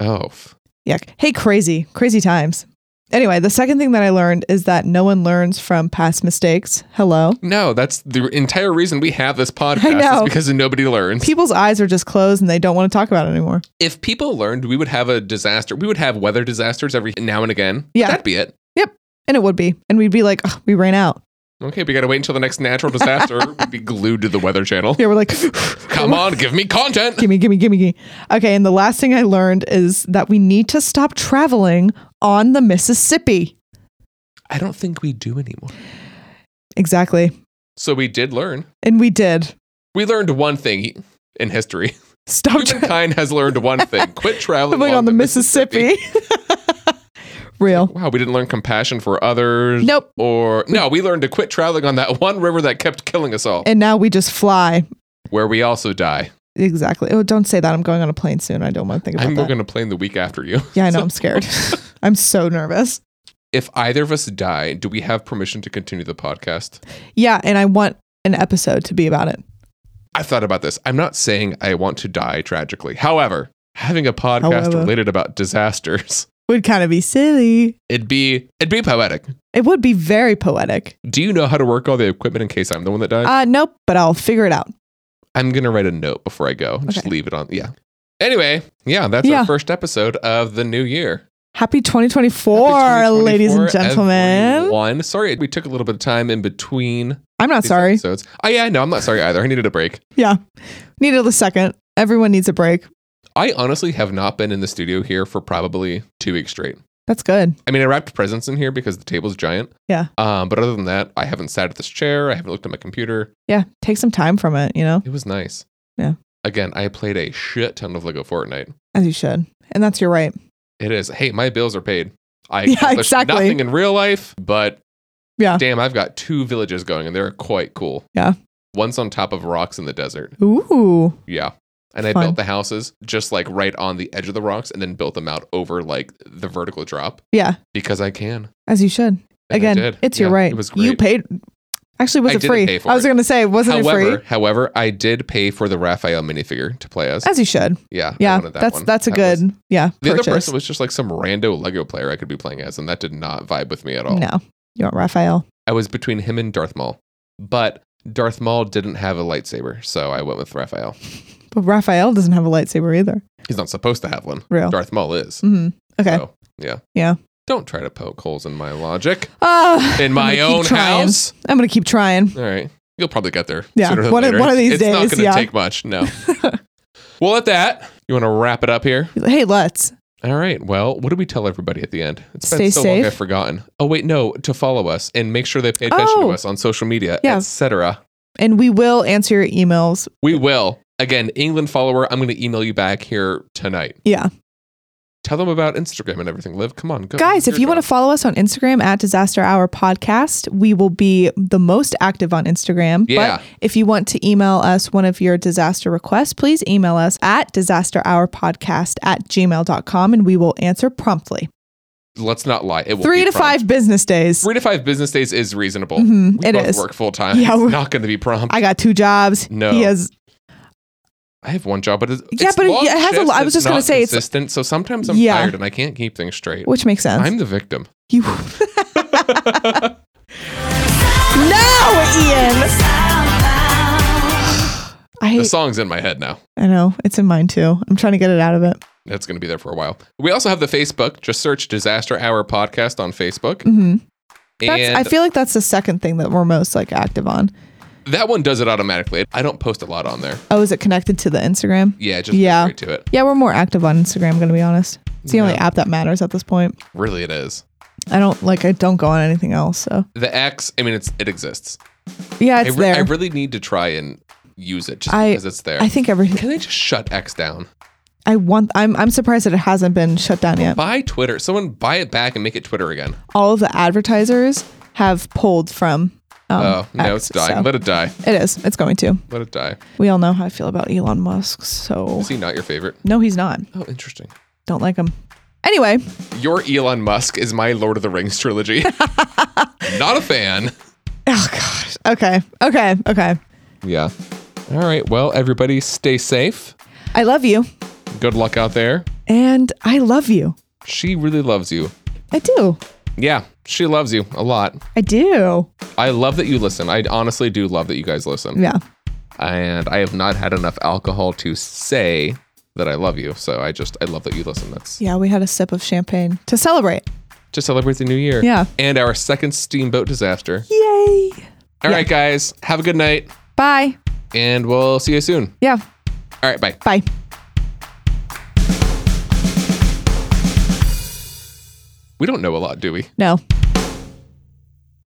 Speaker 2: Oh, f-
Speaker 1: Yeah. Hey, crazy, crazy times. Anyway, the second thing that I learned is that no one learns from past mistakes. Hello.
Speaker 2: no. That's the entire reason we have this
Speaker 1: (laughs) I
Speaker 2: podcast is
Speaker 1: know.
Speaker 2: because nobody learns.
Speaker 1: People's eyes are just closed and they don't want to talk about it anymore.
Speaker 2: if people learned, we would have a disaster. We would have weather disasters every now and again.
Speaker 1: Yeah.
Speaker 2: That'd be it.
Speaker 1: And it would be. And we'd be like, "Ugh, we ran out.
Speaker 2: Okay, we got to wait until the next natural
Speaker 1: (laughs)
Speaker 2: disaster. We'd be glued to the weather channel.
Speaker 1: Yeah, we're like, (laughs)
Speaker 2: Come on, give me content.
Speaker 1: gimme, gimme, gimme, gimme. Okay, and the last thing I learned is that we need to stop traveling on the Mississippi.
Speaker 2: I don't think we do anymore.
Speaker 1: Exactly.
Speaker 2: So we did learn.
Speaker 1: And we did.
Speaker 2: We learned one thing
Speaker 1: (laughs)
Speaker 2: in history.
Speaker 1: Stop traveling
Speaker 2: Humankind has learned one
Speaker 1: (laughs)
Speaker 2: thing. Quit traveling
Speaker 1: on, the Mississippi. (laughs) Real.
Speaker 2: (laughs) Wow, we didn't learn compassion for others.
Speaker 1: Nope.
Speaker 2: Or no, we learned to quit traveling on that (laughs) one river that kept killing us all,
Speaker 1: And now we just fly.
Speaker 2: where we also die.
Speaker 1: Exactly. Oh, don't say that. I'm going on a plane soon. I don't want to think about
Speaker 2: I'm
Speaker 1: that.
Speaker 2: going to plane the week after you.
Speaker 1: (laughs) yeah, I know. I'm scared. (laughs) I'm so nervous.
Speaker 2: If either of us die, do we have permission to continue the podcast?
Speaker 1: Yeah, and I want an episode to be about it.
Speaker 2: I thought about this. I'm not saying I want to die tragically. However, having a podcast
Speaker 1: However.
Speaker 2: related about disasters,
Speaker 1: Would kind of be silly.
Speaker 2: it'd be it'd be poetic.
Speaker 1: It would be very poetic.
Speaker 2: Do you know how to work all the equipment in case I'm the one that dies?
Speaker 1: Uh, nope, but I'll figure it out.
Speaker 2: I'm gonna write a note before I go. Just
Speaker 1: Okay.
Speaker 2: leave it on. Yeah. Anyway, yeah, that's
Speaker 1: Yeah.
Speaker 2: our first episode of the new year.
Speaker 1: Happy 2024,
Speaker 2: Happy 2024,
Speaker 1: ladies and gentlemen.
Speaker 2: everyone. Sorry, we took a little bit of time in between.
Speaker 1: I'm not
Speaker 2: these
Speaker 1: Uh, sorry.
Speaker 2: Episodes. Oh yeah, no, I'm not sorry either. I needed a break.
Speaker 1: Yeah. Needed a second. Everyone needs a break.
Speaker 2: I honestly have not been in the studio here for probably two weeks straight.
Speaker 1: That's good.
Speaker 2: I mean, I wrapped presents in here because the table's giant.
Speaker 1: Yeah.
Speaker 2: Um, but other than that, I haven't sat at this chair. I haven't looked at my computer.
Speaker 1: Yeah. Take some time from it, you know,
Speaker 2: It was nice.
Speaker 1: Yeah.
Speaker 2: Again, I played a shit ton of Lego Fortnite.
Speaker 1: as you should. And that's your right.
Speaker 2: It is. Hey, my bills are paid.
Speaker 1: (laughs)
Speaker 2: I
Speaker 1: Yeah,
Speaker 2: accomplished
Speaker 1: exactly.
Speaker 2: nothing in real life, but
Speaker 1: Yeah.
Speaker 2: damn, I've got two villages going and they're quite cool.
Speaker 1: Yeah.
Speaker 2: One's on top of rocks in the desert.
Speaker 1: Ooh.
Speaker 2: Yeah. And I
Speaker 1: Fun.
Speaker 2: built the houses just like right on the edge of the rocks and then built them out over like the vertical drop
Speaker 1: Yeah.
Speaker 2: because I can.
Speaker 1: As you should.
Speaker 2: And I
Speaker 1: Again,
Speaker 2: did.
Speaker 1: it's
Speaker 2: Yeah,
Speaker 1: your right.
Speaker 2: It was great.
Speaker 1: You paid Actually, was
Speaker 2: I
Speaker 1: it
Speaker 2: didn't
Speaker 1: free?
Speaker 2: pay for
Speaker 1: I was
Speaker 2: it.
Speaker 1: going to say, wasn't it
Speaker 2: However,
Speaker 1: free?
Speaker 2: however, I did pay for the Raphael minifigure to play as.
Speaker 1: As you should.
Speaker 2: yeah, I
Speaker 1: Yeah,
Speaker 2: wanted that
Speaker 1: that's
Speaker 2: one.
Speaker 1: that's a
Speaker 2: That
Speaker 1: good
Speaker 2: was-
Speaker 1: yeah.
Speaker 2: the other
Speaker 1: purchase.
Speaker 2: person was just like some rando Lego player I could be playing as, and that did not vibe with me at all.
Speaker 1: no, you want Raphael?
Speaker 2: I was between him and Darth Maul, but Darth Maul didn't have a lightsaber, so I went with Raphael.
Speaker 1: But Raphael doesn't have a lightsaber either.
Speaker 2: He's not supposed to have one.
Speaker 1: Real.
Speaker 2: Darth Maul is.
Speaker 1: hmm Okay.
Speaker 2: So, yeah.
Speaker 1: Yeah.
Speaker 2: Don't try to poke holes in my logic.
Speaker 1: Uh,
Speaker 2: In my own
Speaker 1: trying.
Speaker 2: house.
Speaker 1: I'm gonna keep trying.
Speaker 2: All right. You'll probably get there.
Speaker 1: Yeah,
Speaker 2: Sooner than
Speaker 1: one of-
Speaker 2: later.
Speaker 1: one of these
Speaker 2: it's not
Speaker 1: days,
Speaker 2: going to
Speaker 1: yeah.
Speaker 2: take
Speaker 1: (laughs)
Speaker 2: much. No. well, at that, you want to wrap it up here?
Speaker 1: Hey, let's.
Speaker 2: All right. Well, what do we tell everybody at the end? It's been
Speaker 1: Stay
Speaker 2: so long
Speaker 1: safe.
Speaker 2: I've forgotten. Oh wait, no, to follow us and make sure they pay attention
Speaker 1: Oh.
Speaker 2: to us on social media,
Speaker 1: Yeah.
Speaker 2: etc.
Speaker 1: And we will answer your emails.
Speaker 2: We will. Again, England follower, I'm going to email you back here tonight.
Speaker 1: Yeah.
Speaker 2: Tell them about Instagram and everything. Liv, come on, go.
Speaker 1: Guys, if
Speaker 2: You're
Speaker 1: you want to
Speaker 2: going.
Speaker 1: follow us on Instagram at Disaster Hour Podcast, we will be the most active on Instagram.
Speaker 2: Yeah.
Speaker 1: But if you want to email us one of your disaster requests, please email us at disasterhourpodcast at gmail.com and we will answer promptly.
Speaker 2: let's not lie. It will
Speaker 1: Three
Speaker 2: be
Speaker 1: to
Speaker 2: prompt.
Speaker 1: five business days.
Speaker 2: Three to five business days is reasonable.
Speaker 1: Mhm,
Speaker 2: We
Speaker 1: it
Speaker 2: both
Speaker 1: is.
Speaker 2: work full time.
Speaker 1: Yeah,
Speaker 2: it's
Speaker 1: we're-
Speaker 2: not going to be prompt. I,
Speaker 1: I got two jobs.
Speaker 2: No.
Speaker 1: He has
Speaker 2: have one job, but it's,
Speaker 1: Yeah,
Speaker 2: it's
Speaker 1: but it-
Speaker 2: long
Speaker 1: it has a
Speaker 2: shifts,
Speaker 1: lot- I was
Speaker 2: it's
Speaker 1: just gonna
Speaker 2: not
Speaker 1: say it's-
Speaker 2: consistent. So sometimes I'm
Speaker 1: Yeah.
Speaker 2: tired and I can't keep things straight.
Speaker 1: which makes sense.
Speaker 2: I'm the victim.
Speaker 1: you (laughs) No,
Speaker 2: (laughs)
Speaker 1: Ian. I
Speaker 2: The song's in my head now.
Speaker 1: I know. It's in mine too. I'm trying to get it out of it.
Speaker 2: That's going to be there for a while. We also have the Facebook. Just search Disaster Hour Podcast on Facebook.
Speaker 1: hmm That's,
Speaker 2: And
Speaker 1: I feel like that's the second thing that we're most like active on.
Speaker 2: that one does it automatically. I don't post a lot on there.
Speaker 1: Oh, is it connected to the Instagram?
Speaker 2: Yeah, it just yeah.
Speaker 1: Yeah.
Speaker 2: right to it.
Speaker 1: Yeah, we're more active on Instagram. I'm gonna be honest. It's the only
Speaker 2: Yeah.
Speaker 1: app that matters at this point.
Speaker 2: Really, it is.
Speaker 1: I don't like. I don't go on anything else. So
Speaker 2: The X, I mean, it's it exists.
Speaker 1: yeah,
Speaker 2: I,
Speaker 1: it's
Speaker 2: re-
Speaker 1: there.
Speaker 2: I really need to try and use it just
Speaker 1: I-
Speaker 2: because it's there.
Speaker 1: I think everything.
Speaker 2: Can they just shut X down?
Speaker 1: I want. I'm. I'm surprised that it hasn't been shut down yet.
Speaker 2: Buy Twitter. Someone buy it back and make it Twitter again.
Speaker 1: All of the advertisers have pulled from. Um,
Speaker 2: Oh, no,
Speaker 1: X,
Speaker 2: it's dying.
Speaker 1: so-
Speaker 2: Let it die.
Speaker 1: It is. It's going to.
Speaker 2: Let it die.
Speaker 1: We all know how I feel about Elon Musk. So
Speaker 2: Is he not your favorite?
Speaker 1: no, he's not.
Speaker 2: Oh, interesting.
Speaker 1: Don't like him. Anyway,
Speaker 2: Your Elon Musk is my Lord of the Rings trilogy.
Speaker 1: (laughs)
Speaker 2: not a fan.
Speaker 1: oh gosh. Okay. Okay. Okay.
Speaker 2: Yeah. All right. Well, everybody, stay safe.
Speaker 1: I love you,
Speaker 2: Good luck out there.
Speaker 1: and I love you.
Speaker 2: She really loves you.
Speaker 1: I do.
Speaker 2: Yeah, she loves you a lot.
Speaker 1: I do.
Speaker 2: I love that you listen. I honestly do love that you guys listen.
Speaker 1: Yeah.
Speaker 2: And I have not had enough alcohol to say that I love you. So I just, I love that you listen. That's
Speaker 1: Yeah. We had a sip of champagne to celebrate.
Speaker 2: to celebrate the new year.
Speaker 1: Yeah.
Speaker 2: And our second steamboat disaster.
Speaker 1: Yay.
Speaker 2: All right, guys, have a good night
Speaker 1: Bye.
Speaker 2: and we'll see you soon.
Speaker 1: Yeah.
Speaker 2: All right, bye.
Speaker 1: Bye.
Speaker 2: We don't know a lot, do we?
Speaker 1: No.